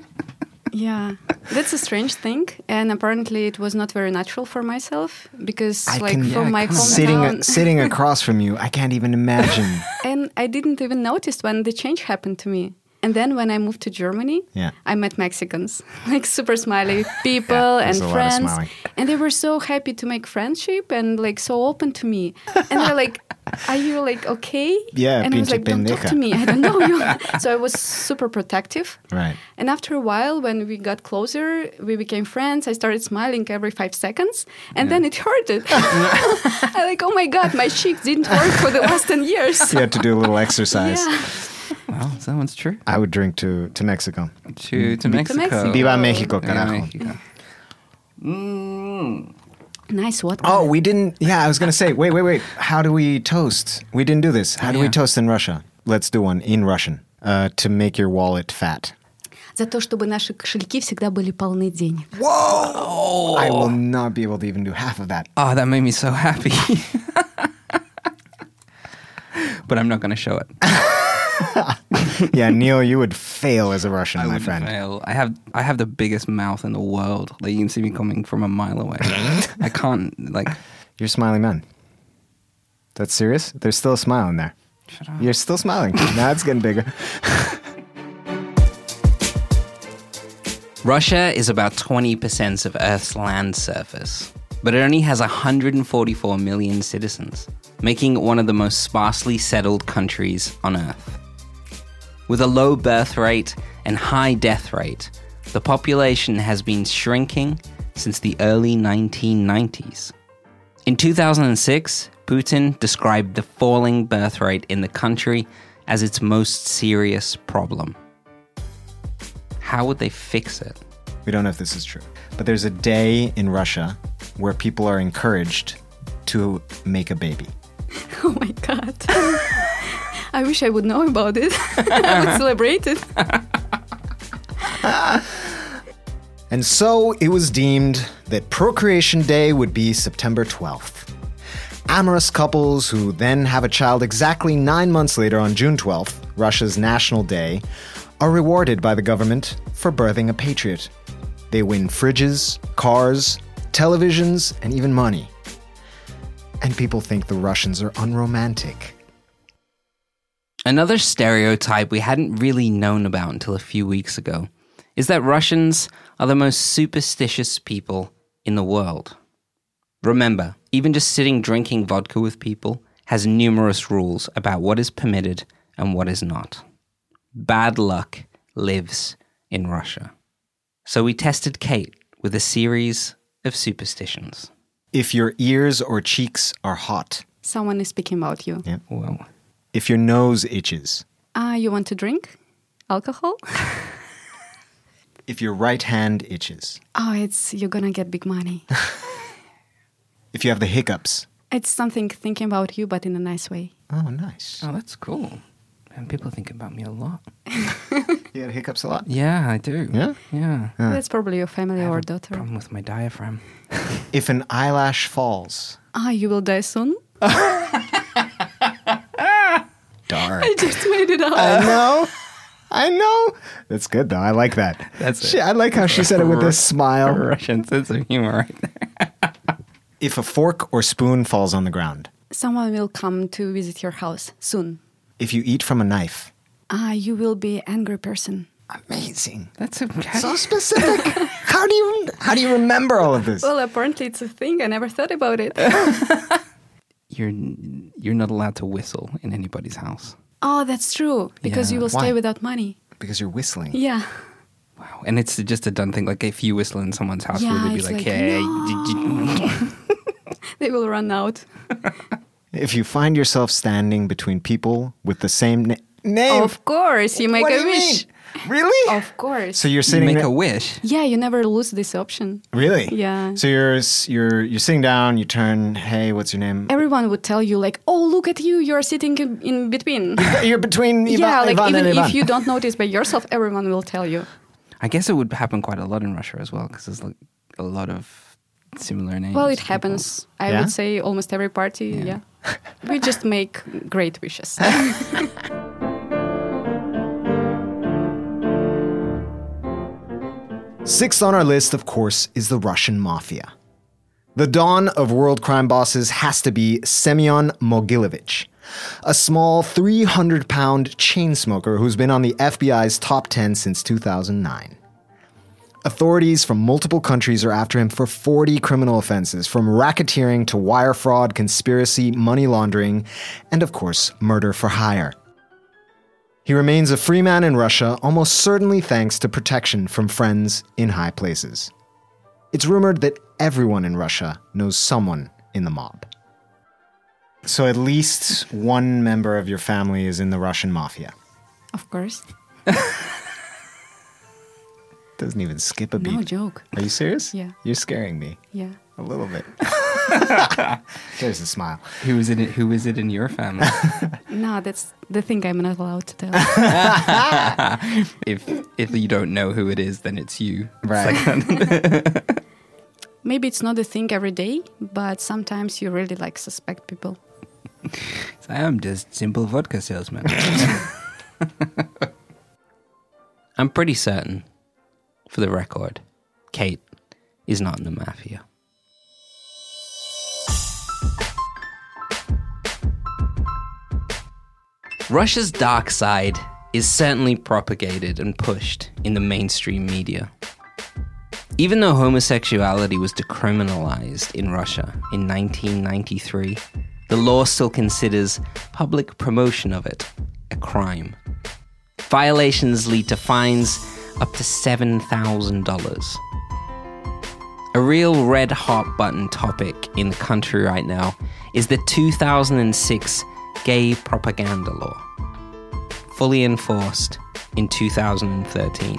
Speaker 3: Yeah, that's a strange thing, and apparently it was not very natural for myself because
Speaker 2: I
Speaker 3: like
Speaker 2: can-
Speaker 3: from
Speaker 4: yeah,
Speaker 3: my
Speaker 4: I can't-
Speaker 2: Sitting,
Speaker 3: hometown,
Speaker 2: sitting across from you, I can't even imagine.
Speaker 3: and I didn't even notice when the change happened to me. And then when I moved to Germany,
Speaker 2: Yeah.
Speaker 3: I met Mexicans, like super smiley people and
Speaker 2: there's a lot of
Speaker 3: friends,
Speaker 2: smiling.
Speaker 3: and they were so happy to make friendship and like so open to me. And they're like, "Are you like okay?"
Speaker 2: Yeah,
Speaker 3: and I was
Speaker 2: pinche
Speaker 3: like, "Don't talk
Speaker 2: pendeja."
Speaker 3: to me. I don't know you." so I was super protective.
Speaker 2: Right.
Speaker 3: And after a while, when we got closer, we became friends. I started smiling every five seconds, and then it hurted. I like, oh my god, my cheek didn't work for the last ten years.
Speaker 2: you had to do a little exercise.
Speaker 3: Yeah.
Speaker 4: well, that one's true.
Speaker 2: I would drink to, to Mexico.
Speaker 4: To to Mexico.
Speaker 3: Mexico.
Speaker 2: Viva Oh, Mexico,
Speaker 4: Yeah,
Speaker 2: carajo.
Speaker 4: Mexico.
Speaker 3: Nice what?
Speaker 2: Oh, we didn't. Yeah, I was gonna say. Wait, wait, wait. How do we toast? We didn't do this. How do we
Speaker 4: yeah.
Speaker 2: toast in Russia? Let's do one in Russian. uh, to make your wallet fat.
Speaker 3: За то, чтобы наши кошельки всегда были полны денег.
Speaker 2: I will not be able to even do half of that.
Speaker 4: Oh, that made me so happy. but I'm not going to show it.
Speaker 2: yeah, Neil, you would fail as a Russian, my
Speaker 4: wouldn't
Speaker 2: friend.
Speaker 4: fail. I have I have the biggest mouth in the world. Like you can see me coming from a mile away. I can't like
Speaker 2: You're smiling man. That's serious? There's still a smile in there. Shut up. You're still smiling. now it's getting bigger.
Speaker 4: Russia is about 20% of Earth's land surface, but it only has 144 million citizens, making it one of the most sparsely settled countries on Earth. With a low birth rate and high death rate, the population has been shrinking since the early 1990s. In 2006, Putin described the falling birth rate in the country as its most serious problem. How would they fix it?
Speaker 2: We don't know if this is true. But there's a day in Russia where people are encouraged to make a baby.
Speaker 3: Oh my god. I wish I would know about it. I would celebrate it.
Speaker 2: And so it was deemed that Procreation Day would be September 12th. Amorous couples who then have a child exactly nine months later on June 12th, Russia's national day, are rewarded by the government for birthing a patriot. They win fridges, cars, televisions, and even money. And people think the Russians are unromantic.
Speaker 4: Another stereotype we hadn't really known about until a few weeks ago is that Russians are the most superstitious people in the world. Remember, even just sitting drinking vodka with people has numerous rules about what is permitted and what is not. Bad luck lives in Russia. So we tested Kate with a series of superstitions.
Speaker 2: If your ears or cheeks are hot,
Speaker 3: Someone is speaking about you.
Speaker 4: Well,
Speaker 2: if your nose itches,
Speaker 3: Ah, you want to drink alcohol?
Speaker 2: if your right hand itches,
Speaker 3: Oh, it's you're gonna get big money.
Speaker 2: if you have the hiccups.
Speaker 3: It's something thinking about you, but in a nice way.
Speaker 2: Oh, nice.
Speaker 4: oh, that's cool. And people think about me a lot.
Speaker 2: You had hiccups a lot?
Speaker 4: Yeah, I do.
Speaker 2: Yeah?
Speaker 4: Yeah.
Speaker 2: Ah.
Speaker 3: That's probably your family or daughter.
Speaker 4: Problem with my diaphragm.
Speaker 2: If an eyelash falls,
Speaker 3: Ah, you will die soon.
Speaker 2: dark.
Speaker 3: I just made it up.
Speaker 2: I know. I know. That's good though. I like that.
Speaker 4: That's
Speaker 2: she,
Speaker 4: it.
Speaker 2: I like how she said it with a smile.
Speaker 4: Russian sense of humor right there.
Speaker 2: If a fork or spoon falls on the ground,
Speaker 3: Someone will come to visit your house soon.
Speaker 2: if you eat from a knife.
Speaker 3: Ah, you will be angry person.
Speaker 2: Amazing.
Speaker 4: That's okay.
Speaker 2: So specific. how do you how do you remember all of this?
Speaker 3: Well, apparently it's a thing. I never thought about it.
Speaker 4: You're you're not allowed to whistle in anybody's house.
Speaker 3: oh, that's true. Because you
Speaker 4: Yeah.
Speaker 3: will
Speaker 2: Why?
Speaker 3: stay without money.
Speaker 2: Because you're whistling.
Speaker 3: Yeah.
Speaker 4: Wow. And it's just a done thing. Like if you whistle in someone's house,
Speaker 3: Yeah,
Speaker 4: would they be
Speaker 3: it's
Speaker 4: like,
Speaker 3: like,
Speaker 4: "Hey,
Speaker 3: no."
Speaker 4: did you-"
Speaker 3: They will run out.
Speaker 2: If you find yourself standing between people with the same na- name,
Speaker 3: Of course, you Oh, make
Speaker 2: what
Speaker 3: a
Speaker 2: do you
Speaker 3: wish. Oh,
Speaker 2: mean? Really?
Speaker 3: Of course.
Speaker 2: so you're
Speaker 4: you
Speaker 2: sitting
Speaker 4: make
Speaker 2: there-
Speaker 4: a wish?"
Speaker 3: yeah, you never lose this option.
Speaker 2: Really?
Speaker 3: Yeah.
Speaker 2: So you're s- you're you're sitting down. You turn. Hey, what's your name?
Speaker 3: Everyone would tell you like, "Oh, look at you! You are sitting in, in between."
Speaker 2: you're between Ivan,
Speaker 3: yeah, like
Speaker 2: Ivan
Speaker 3: even
Speaker 2: and Ivan.
Speaker 3: if you don't notice by yourself, everyone will tell you.
Speaker 4: I guess it would happen quite a lot in Russia as well because there's like a lot of similar names.
Speaker 3: Well, it
Speaker 4: to people.
Speaker 3: happens. I
Speaker 2: Yeah?
Speaker 3: would say almost every party. Yeah, we just make great wishes.
Speaker 2: Sixth on our list, of course, is the Russian mafia. The dawn of world crime bosses has to be Semyon Mogilevich, a small 300 pound chain smoker who's been on the FBI's top 10 since 2009. Authorities from multiple countries are after him for 40 criminal offenses, from racketeering to wire fraud, conspiracy, money laundering, and of course, murder for hire. He remains a free man in Russia, almost certainly thanks to protection from friends in high places. It's rumored that everyone in Russia knows someone in the mob. So at least one member of your family is in the Russian mafia.
Speaker 3: of course,
Speaker 2: Doesn't even skip a beat.
Speaker 3: no joke.
Speaker 2: Are you serious?
Speaker 3: Yeah.
Speaker 2: You're scaring me
Speaker 3: Yeah.
Speaker 2: a little bit. There's a smile.
Speaker 4: Who is it? Who is it in your family?
Speaker 3: No, that's the thing I'm not allowed to tell.
Speaker 4: if if you don't know who it is, then it's you.
Speaker 2: Right.
Speaker 3: Maybe it's not a thing every day, but sometimes you really like suspect people.
Speaker 4: So I am just simple vodka salesman. I'm pretty certain, for the record, Kate is not in the mafia. Russia's dark side is certainly propagated and pushed in the mainstream media. Even though homosexuality was decriminalized in Russia in 1993, the law still considers public promotion of it a crime. Violations lead to fines up to $7,000. A real red hot button topic in the country right now is the 2006 gay propaganda law, fully enforced in 2013.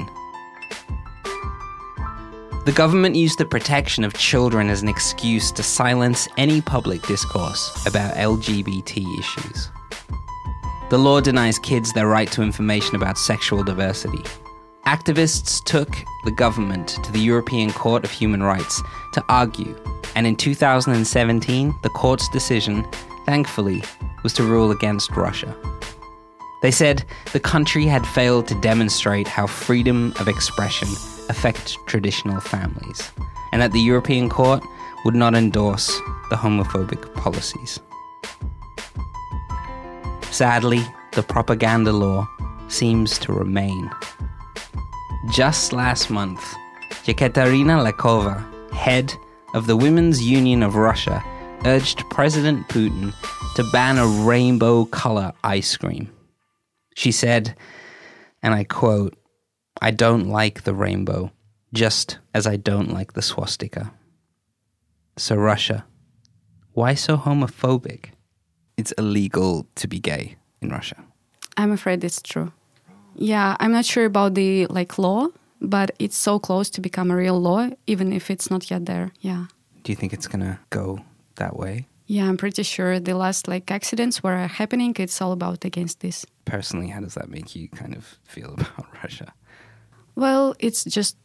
Speaker 4: The government used the protection of children as an excuse to silence any public discourse about LGBT issues. The law denies kids their right to information about sexual diversity. Activists took the government to the European Court of Human Rights to argue, and in 2017, the court's decision, thankfully, was to rule against Russia. They said the country had failed to demonstrate how freedom of expression affects traditional families, and that the European Court would not endorse the homophobic policies. Sadly, the propaganda law seems to remain. Just last month, Yekaterina Lakova, head of the Women's Union of Russia, urged President Putin to ban a rainbow color ice cream. She said, and I quote, I don't like the rainbow, just as I don't like the swastika. So, Russia, why so homophobic? It's illegal to be gay in Russia.
Speaker 3: I'm afraid it's true. Yeah, I'm not sure about the like law, but it's so close to become a real law, even if it's not yet there. Yeah.
Speaker 4: Do you think it's going to go that way?
Speaker 3: Yeah, I'm pretty sure the last like accidents were happening, it's all about against this.
Speaker 4: Personally, how does that make you kind of feel about Russia?
Speaker 3: Well, it's just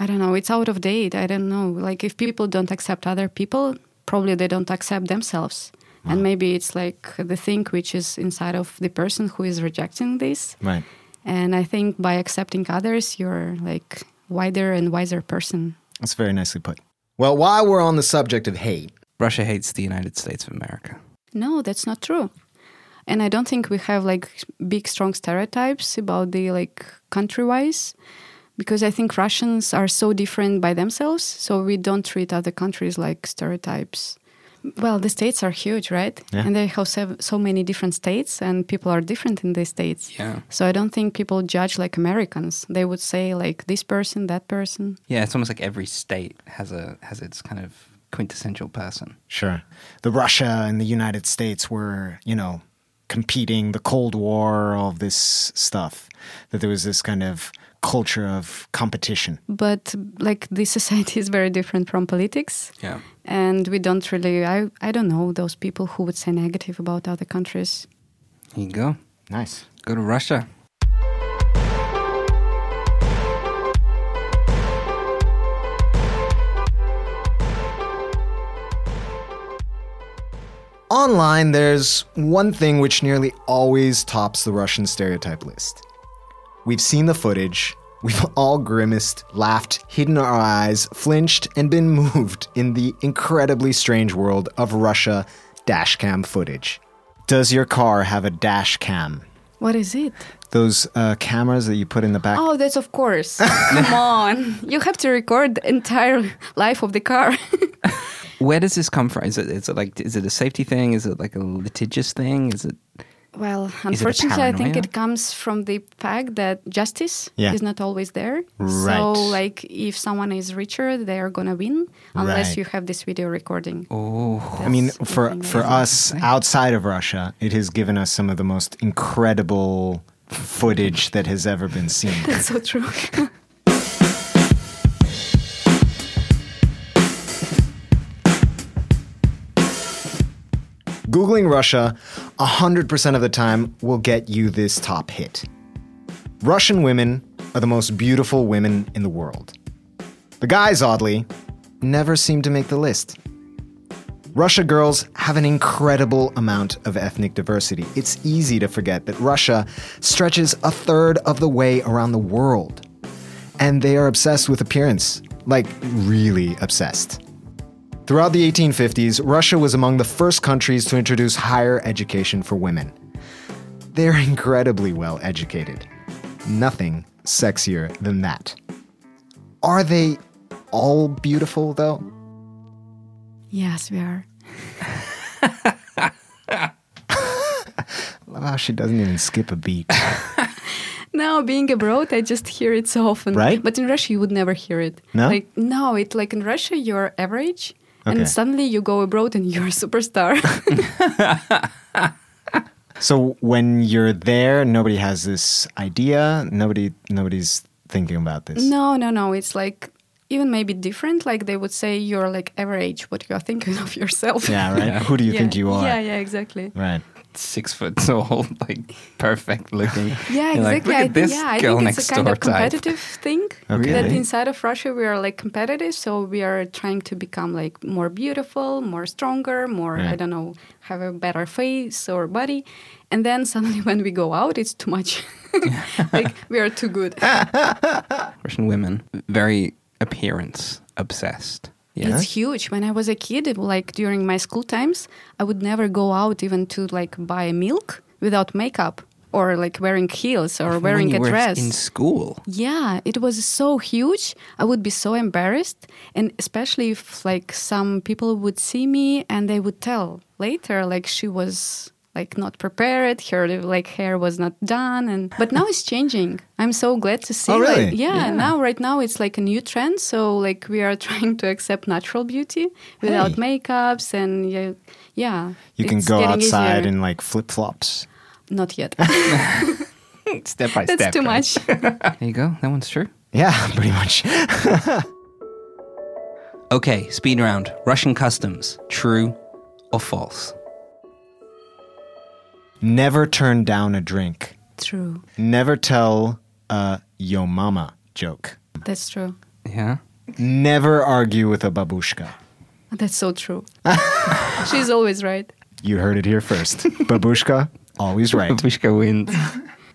Speaker 3: I don't know, it's out of date. I don't know. Like if people don't accept other people, probably they don't accept themselves. And maybe it's like the thing which is inside of the person who is rejecting this.
Speaker 2: Right.
Speaker 3: And I think by accepting others, you're like wider and wiser person.
Speaker 2: That's very nicely put. Well, while we're on the subject of hate,
Speaker 4: Russia hates the United States of America.
Speaker 3: No, that's not true. And I don't think we have like big strong stereotypes about the like country wise because I think Russians are so different by themselves, so we don't treat other countries like stereotypes. Well, the states are huge, right? And they have sev- so many different states and people are different in these states.
Speaker 4: Yeah.
Speaker 3: So I don't think people judge like Americans. They would say like this person, that person.
Speaker 4: Yeah, it's almost like every state has a has its kind of quintessential person.
Speaker 2: sure, the Russia and the United States were, you know, competing, the Cold War, all of this stuff, that there was this kind of culture of competition.
Speaker 3: But like the society is very different from politics.
Speaker 4: Yeah.
Speaker 3: and we don't really I, I don't know those people who would say negative about other countries
Speaker 4: Here you go.
Speaker 2: Nice.
Speaker 4: Go to Russia.
Speaker 2: Online, there's one thing which nearly always tops the Russian stereotype list. We've seen the footage, we've all grimaced, laughed, hidden our eyes, flinched, and been moved in the incredibly strange world of Russia dashcam footage. Does your car have a dash cam?
Speaker 3: what is it
Speaker 2: Those uh, cameras that you put in the back?
Speaker 3: oh that's of course come on you have to record the entire life of the car
Speaker 4: Where does this come from? Is it is it like is it a safety thing? Is it like a litigious thing? Is it
Speaker 3: well
Speaker 4: Is it a
Speaker 3: unfortunately i think
Speaker 4: paranoia?
Speaker 3: it comes from the fact that justice
Speaker 2: Yeah.
Speaker 3: is not always there
Speaker 2: Right.
Speaker 3: so like if someone is richer they are gonna win unless
Speaker 2: Right.
Speaker 3: you have this video recording
Speaker 4: oh
Speaker 2: I mean,
Speaker 3: That's
Speaker 2: for
Speaker 3: something
Speaker 2: for
Speaker 3: that-
Speaker 2: us outside of Russia, it has given us some of the most incredible footage that has ever been seen.
Speaker 3: that's so true
Speaker 2: Googling Russia 100% of the time will get you this top hit. Russian women are the most beautiful women in the world. The guys, oddly, never seem to make the list. Russia girls have an incredible amount of ethnic diversity. It's easy to forget that Russia stretches a third of the way around the world. And they are obsessed with appearance like, really obsessed. Throughout the 1850s, Russia was among the first countries to introduce higher education for women. They're incredibly well educated. Nothing sexier than that. Are they all beautiful, though?
Speaker 3: Yes, we are.
Speaker 2: Love how she doesn't even skip a beat.
Speaker 3: Now, being abroad, I just hear it so often.
Speaker 2: Right?
Speaker 3: But in Russia, you would never hear it.
Speaker 2: No?
Speaker 3: Like, no, it like in Russia, you're average.
Speaker 2: Okay.
Speaker 3: And suddenly you go abroad and you're a superstar.
Speaker 2: so when you're there, nobody has this idea. Nobody, nobody's thinking about this.
Speaker 3: no, no, no. It's like even maybe different. Like they would say you're like average, what you are thinking of yourself.
Speaker 2: Yeah, right. Who do you
Speaker 3: Yeah.
Speaker 2: think you are?
Speaker 3: Yeah, yeah, exactly.
Speaker 2: Right.
Speaker 4: Six foot tall, like perfect looking.
Speaker 3: Yeah,
Speaker 4: You're
Speaker 3: exactly.
Speaker 4: like, Look
Speaker 3: I
Speaker 4: at
Speaker 3: think,
Speaker 4: this
Speaker 3: yeah, I
Speaker 4: girl
Speaker 3: think
Speaker 4: next
Speaker 3: it's a kind
Speaker 4: door
Speaker 3: of
Speaker 4: type.
Speaker 3: competitive thing
Speaker 2: Okay.
Speaker 3: that
Speaker 2: Really?
Speaker 3: inside of Russia we are like competitive, so we are trying to become like more beautiful, more stronger, more I
Speaker 2: Right.
Speaker 3: don't know, have a better face or body, and then suddenly when we go out, it's too much. like we are too good.
Speaker 4: Russian women, very appearance obsessed. Yeah.
Speaker 3: It's huge. When I was a kid, like during my school times, I would never go out even to like buy milk without makeup or like wearing heels or wearing
Speaker 4: When
Speaker 3: a
Speaker 4: you were
Speaker 3: dress.
Speaker 4: in school.
Speaker 3: Yeah, it was so huge. I would be so embarrassed, and especially if like some people would see me and they would tell later like she was like not prepared, her like hair was not done and but now it's changing. I'm so glad to see
Speaker 2: Oh, really?
Speaker 3: like, yeah, now right now it's like a new trend, so like we are trying to accept natural beauty without
Speaker 2: Hey.
Speaker 3: makeups and yeah, yeah.
Speaker 2: You can
Speaker 3: it's
Speaker 2: go
Speaker 3: getting
Speaker 2: outside
Speaker 3: easier.
Speaker 2: and like flip flops.
Speaker 3: not yet.
Speaker 4: Step by
Speaker 3: That's
Speaker 4: step.
Speaker 3: too
Speaker 4: right?
Speaker 3: much.
Speaker 4: There you go. That one's true.
Speaker 2: Yeah, pretty much.
Speaker 4: Okay, speed round. Russian customs. True or false?
Speaker 2: Never turn down a drink.
Speaker 3: true.
Speaker 2: Never tell a yo mama joke.
Speaker 3: That's true.
Speaker 4: Yeah.
Speaker 2: Never argue with a babushka.
Speaker 3: That's so true. She's always right.
Speaker 2: You heard it here first. babushka, always right.
Speaker 4: Pushka wins.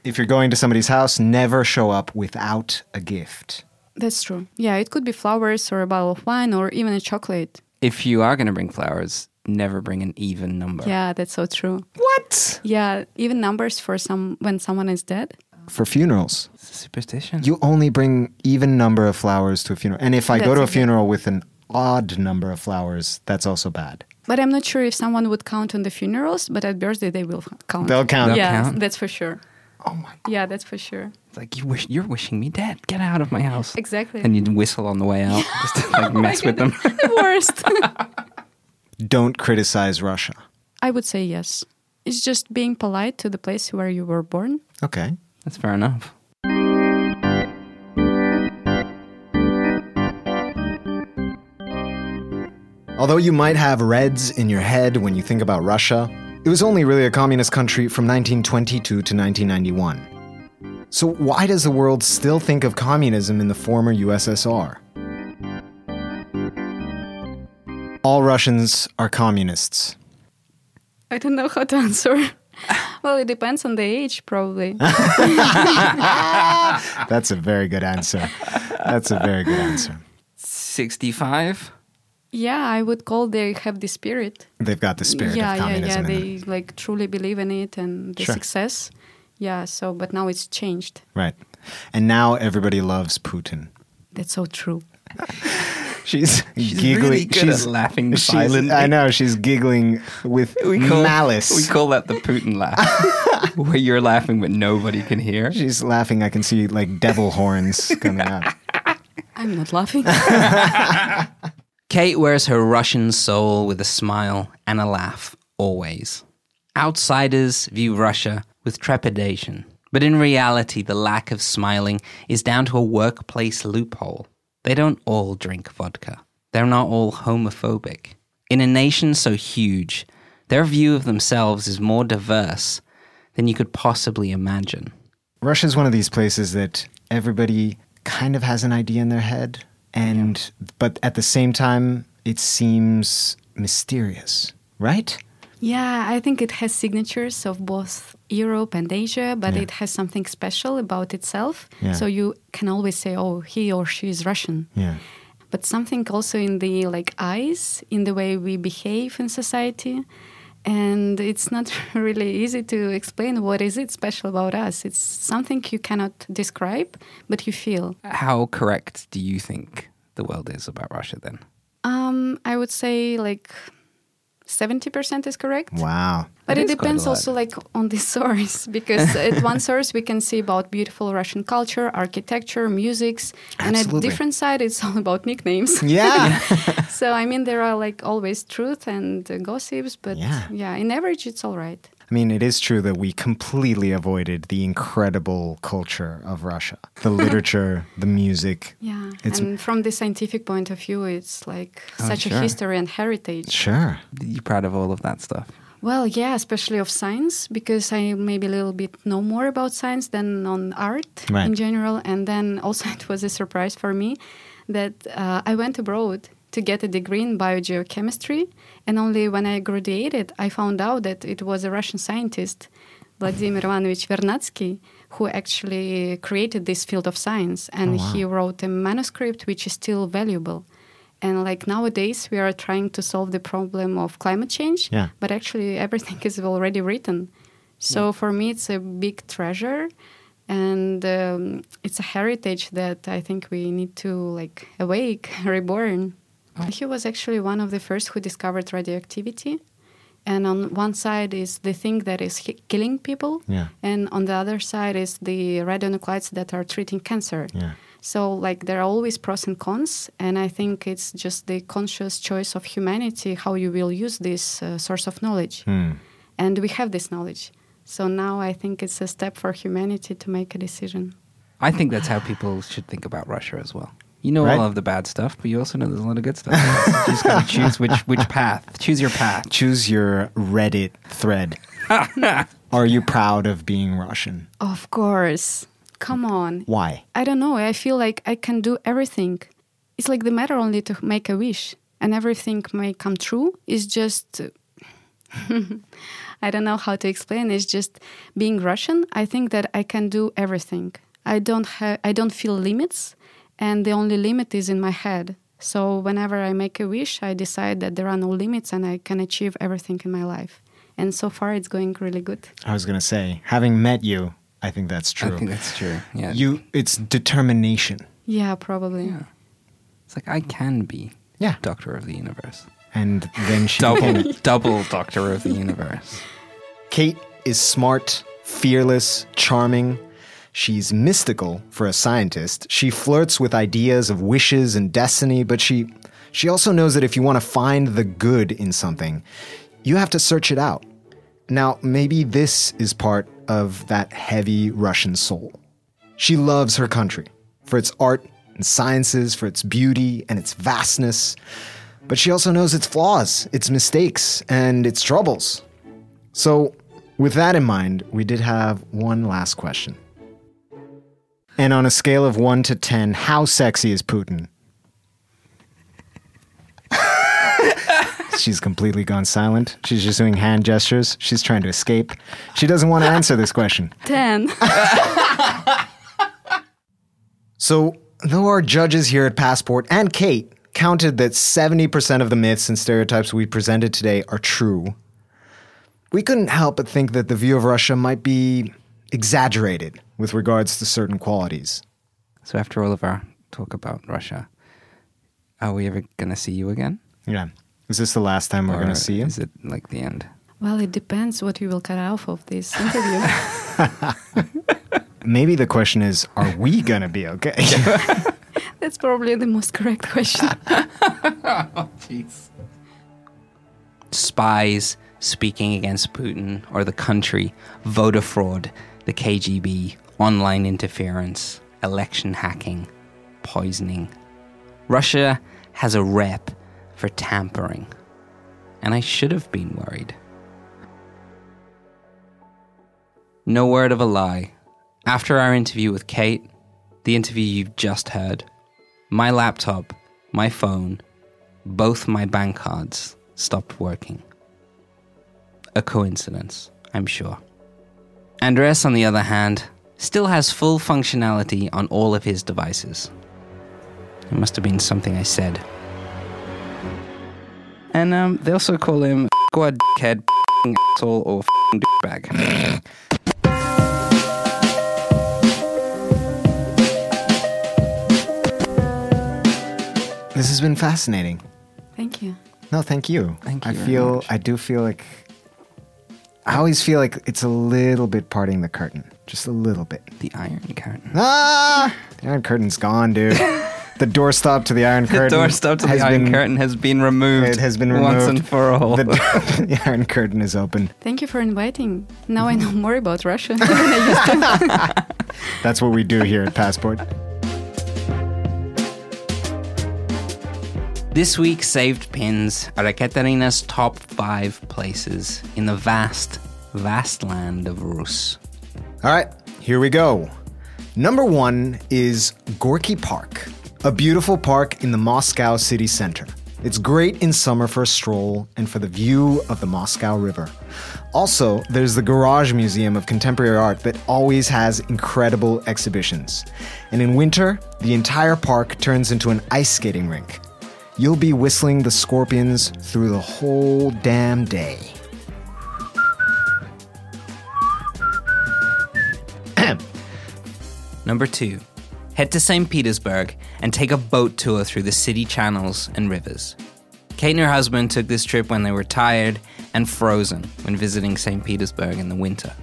Speaker 2: If you're going to somebody's house, never show up without a gift.
Speaker 3: That's true. Yeah, it could be flowers or a bottle of wine or even a chocolate.
Speaker 4: if you are going to bring flowers, never bring an even number.
Speaker 3: Yeah, that's so true.
Speaker 2: What?
Speaker 3: Yeah, even numbers for some when someone is dead.
Speaker 2: For funerals,
Speaker 4: It's a superstition.
Speaker 2: you only bring even number of flowers to a funeral. And if I go
Speaker 3: That's
Speaker 2: to a
Speaker 3: okay.
Speaker 2: funeral with an odd number of flowers, that's also bad.
Speaker 3: But I'm not sure if someone would count on the funerals, but at birthday they will count.
Speaker 2: They'll count.
Speaker 3: yeah,
Speaker 4: count.
Speaker 3: that's for sure. Oh my Yeah, that's for sure.
Speaker 4: it's like you wish you're wishing me dead. Get out of my house.
Speaker 3: Exactly.
Speaker 4: And you'd whistle on the way out just to like mess with them.
Speaker 3: the worst.
Speaker 2: Don't criticize Russia.
Speaker 3: I would say yes. It's just being polite to the place where you were born.
Speaker 2: Okay.
Speaker 4: That's fair enough.
Speaker 2: Although you might have reds in your head when you think about Russia, it was only really a communist country from 1922 to 1991. So, why does the world still think of communism in the former USSR? All Russians are communists.
Speaker 3: I don't know how to answer. well, it depends on the age, probably.
Speaker 2: That's a very good answer. That's a very good answer.
Speaker 4: 65?
Speaker 3: yeah, I would call they have the spirit.
Speaker 2: They've got the spirit of
Speaker 3: yeah, yeah, yeah.
Speaker 2: communism in
Speaker 3: They
Speaker 2: them.
Speaker 3: like truly believe in it and the
Speaker 2: Sure.
Speaker 3: success. Yeah. So, but now it's changed.
Speaker 2: Right. And now everybody loves Putin.
Speaker 3: That's so true.
Speaker 2: She's, giggling.
Speaker 4: really good at laughing
Speaker 2: she's-
Speaker 4: silently.
Speaker 2: I know she's giggling with malice.
Speaker 4: We call that the Putin laugh, where you're laughing but nobody can hear.
Speaker 2: she's laughing. I can see like devil horns coming out.
Speaker 3: I'm not laughing.
Speaker 4: Kate wears her Russian soul with a smile and a laugh, always. Outsiders view Russia with trepidation, but in reality, the lack of smiling is down to a workplace loophole. They don't all drink vodka, they're not all homophobic. In a nation so huge, Their view of themselves is more diverse than you could possibly imagine.
Speaker 2: Russia is one of these places that everybody kind of has an idea in their head, and but at the same time, it seems mysterious, right?
Speaker 3: Yeah, I think it has signatures of both Europe and Asia, but it has something special about itself.
Speaker 2: Yeah.
Speaker 3: So you can always say, oh, he or she is Russian.
Speaker 2: Yeah.
Speaker 3: But something also in the like eyes, in the way we behave in society. And it's not really easy to explain what is it special about us. It's something you cannot describe, but you feel.
Speaker 4: How correct do you think the world is about Russia then?
Speaker 3: Um, I would say like 70% is correct.
Speaker 2: Wow.
Speaker 3: But
Speaker 4: That
Speaker 3: it
Speaker 4: is quite a
Speaker 3: depends
Speaker 4: lot.
Speaker 3: also like on the source because at one source we can see about beautiful Russian culture, architecture, musics, and at
Speaker 2: Absolutely.
Speaker 3: different side it's all about nicknames.
Speaker 2: Yeah.
Speaker 3: so I mean there are like always truth and uh, gossips, but
Speaker 2: Yeah.
Speaker 3: yeah. in average it's all right.
Speaker 2: I mean, it is true that we completely avoided the incredible culture of Russia. The literature, the music.
Speaker 3: Yeah,
Speaker 2: It's-
Speaker 3: and from the scientific point of view, it's like such
Speaker 4: Oh, sure.
Speaker 3: a history and heritage.
Speaker 2: Sure.
Speaker 4: You proud of all of that stuff?
Speaker 3: Well, yeah, especially of science because I maybe a little bit know more about science than on art
Speaker 2: Right.
Speaker 3: in general. And then also it was a surprise for me that uh, I went abroad to get a degree in biogeochemistry, and only when I graduated, I found out that it was a Russian scientist, Vladimir Ivanovich Vernadsky, who actually created this field of science,
Speaker 2: Oh,
Speaker 3: and he wrote a manuscript which is still valuable. And like nowadays, we are trying to solve the problem of climate change,
Speaker 2: Yeah.
Speaker 3: but actually, everything is already written. So for me, it's a big treasure, and um, it's a heritage that I think we need to like awake, reborn. He was actually one of the first who discovered radioactivity, and on one side is the thing that is hi- killing people,
Speaker 2: Yeah.
Speaker 3: and on the other side is the radionuclides that are treating cancer.
Speaker 2: Yeah.
Speaker 3: So, like, there are always pros and cons, and I think it's just the conscious choice of humanity how you will use this uh, source of knowledge. And we have this knowledge. So now I think it's a step for humanity to make a decision.
Speaker 4: I think that's how people should think about Russia as well. You know
Speaker 2: Right.
Speaker 4: all of the bad stuff, but you also know there's a lot of good stuff. you just gotta choose which which path. Choose your path.
Speaker 2: Choose your Reddit thread. Are you proud of being Russian?
Speaker 3: Of course. Come on.
Speaker 2: Why?
Speaker 3: I don't know. I feel like I can do everything. It's like the matter only to make a wish, and everything may come true. It's just. I don't know how to explain. It's just being Russian. I think that I can do everything. I don't have. I don't feel limits, and the only limit is in my head. So whenever I make a wish, I decide that there are no limits, and I can achieve everything in my life. And so far, it's going really good.
Speaker 2: I was going to say, having met you, I think that's true.
Speaker 4: I think that's true. Yeah.
Speaker 2: you it's determination.
Speaker 3: Yeah, probably.
Speaker 4: it's like I can be
Speaker 2: Yeah.
Speaker 4: Doctor of the Universe.
Speaker 2: And then she became
Speaker 4: Double
Speaker 2: it.
Speaker 4: double Doctor of the Universe.
Speaker 2: Kate is smart, fearless, charming. She's mystical for a scientist. She flirts with ideas of wishes and destiny, but she she also knows that if you want to find the good in something, you have to search it out. Now, maybe this is part of that heavy Russian soul. She loves her country for its art and sciences, for its beauty and its vastness, but she also knows its flaws, its mistakes, and its troubles. So, with that in mind, we did have one last question. And on a scale of 1 to 10, how sexy is Putin? She's completely gone silent. She's just doing hand gestures. She's trying to escape. She doesn't want to answer this question.
Speaker 3: Ten.
Speaker 2: So, though our judges here at Passport and Kate counted that 70% of the myths and stereotypes we presented today are true, we couldn't help but think that the view of Russia might be exaggerated with regards to certain qualities.
Speaker 4: So after all of our talk about Russia, are we ever gonna see you again?
Speaker 2: Yeah. Is this the last time we're going
Speaker 4: Or
Speaker 2: to see you?
Speaker 4: Is it like the end?
Speaker 3: Well, it depends what you will cut off of this interview.
Speaker 2: Maybe the question is are we going to be okay?
Speaker 3: That's probably the most correct question.
Speaker 4: spies speaking against Putin or the country, voter fraud, the KGB, online interference, election hacking, poisoning. Russia has a rep for tampering. And I should have been worried. No word of a lie. After our interview with Kate, the interview you've just heard, my laptop, my phone, both my bank cards stopped working. A coincidence, I'm sure. Andres, on the other hand, still has full functionality on all of his devices. It must have been something I said. And um, they also call him squad head asshole or f***ing douchebag.
Speaker 2: This has been fascinating.
Speaker 3: Thank you.
Speaker 2: No, thank you.
Speaker 4: Thank
Speaker 2: I
Speaker 4: you very
Speaker 2: feel.
Speaker 4: much.
Speaker 2: I do feel like. I always feel like it's a little bit parting the curtain, just a little bit.
Speaker 4: The Iron Curtain.
Speaker 2: Ah, the iron curtain's gone, dude. the doorstop to the iron curtain.
Speaker 4: the doorstop to
Speaker 2: has
Speaker 4: the Iron
Speaker 2: been-
Speaker 4: Curtain has been removed.
Speaker 2: It has been
Speaker 4: once
Speaker 2: removed.
Speaker 4: and for all.
Speaker 2: The, the iron curtain is open.
Speaker 3: Thank you for inviting. Now I know more about Russia than I used to.
Speaker 2: That's what we do here at Passport.
Speaker 4: This week's saved pins are Ekaterina's top five places in the vast, vast land of Rus.
Speaker 2: All right, here we go. Number one is Gorky Park, a beautiful park in the Moscow city center. It's great in summer for a stroll and for the view of the Moscow River. Also, there's the Garage Museum of Contemporary Art that always has incredible exhibitions. And in winter, the entire park turns into an ice skating rink. You'll be whistling the scorpions through the whole damn day.
Speaker 4: Number two, head to St. Petersburg and take a boat tour through the city channels and rivers. Kate and her husband took this trip when they were tired and frozen when visiting St. Petersburg in the winter.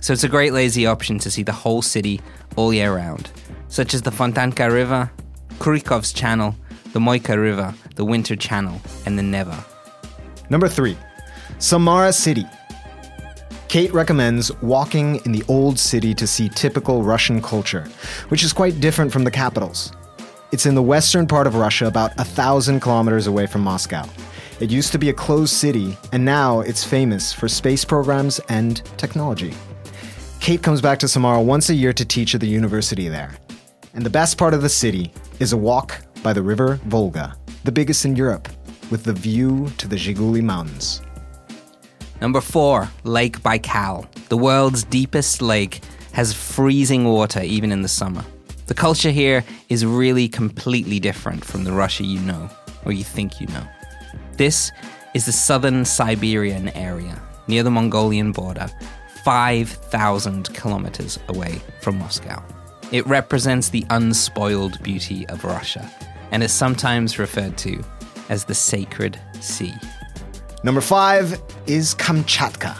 Speaker 4: So it's a great lazy option to see the whole city all year round, such as the Fontanka River, Kurikov's Channel, the Moika River, the Winter Channel, and the Neva.
Speaker 2: Number three, Samara City. Kate recommends walking in the old city to see typical Russian culture, which is quite different from the capitals. It's in the western part of Russia, about a thousand kilometers away from Moscow. It used to be a closed city, and now it's famous for space programs and technology. Kate comes back to Samara once a year to teach at the university there. And the best part of the city is a walk by the river Volga, the biggest in Europe, with the view to the Zhiguli Mountains.
Speaker 4: Number four, Lake Baikal. The world's deepest lake has freezing water even in the summer. The culture here is really completely different from the Russia you know, or you think you know. This is the southern Siberian area, near the Mongolian border, 5,000 kilometers away from Moscow. It represents the unspoiled beauty of Russia and is sometimes referred to as the Sacred Sea.
Speaker 2: Number five is Kamchatka.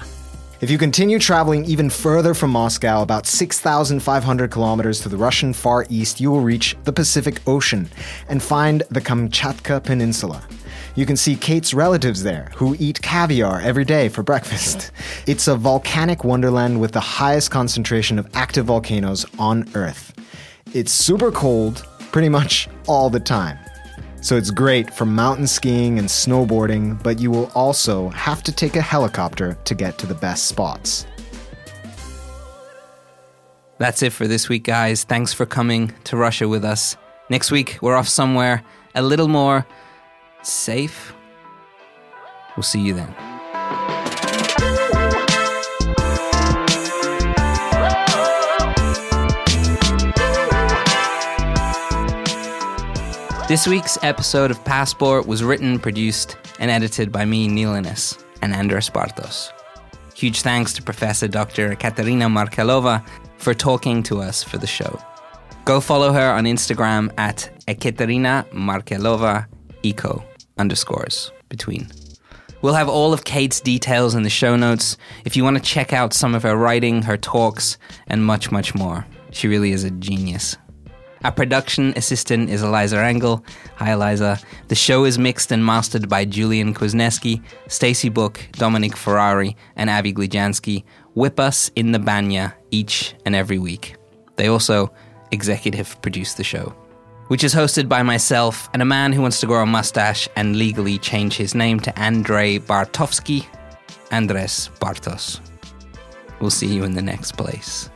Speaker 2: If you continue traveling even further from Moscow, about 6,500 kilometers to the Russian Far East, you will reach the Pacific Ocean and find the Kamchatka Peninsula. You can see Kate's relatives there, who eat caviar every day for breakfast. It's a volcanic wonderland with the highest concentration of active volcanoes on Earth. It's super cold pretty much all the time. So it's great for mountain skiing and snowboarding, but you will also have to take a helicopter to get to the best spots.
Speaker 4: That's it for this week, guys. Thanks for coming to Russia with us. Next week, we're off somewhere a little more safe. We'll see you then. This week's episode of Passport was written, produced, and edited by me, Neil Innes, and Andres Bartos. Huge thanks to Professor Dr. Katerina Markelova for talking to us for the show. Go follow her on Instagram at Ekaterina Markelova Eco underscores between. We'll have all of Kate's details in the show notes if you want to check out some of her writing, her talks, and much, much more. She really is a genius. Our production assistant is Eliza Engel. Hi, Eliza. The show is mixed and mastered by Julian Kwasniewski, Stacy Book, Dominic Ferrari, and Avi Glijansky. Whip us in the banya each and every week. They also executive produce the show, which is hosted by myself and a man who wants to grow a mustache and legally change his name to Andrei Bartovsky, Andres Bartos. We'll see you in the next place.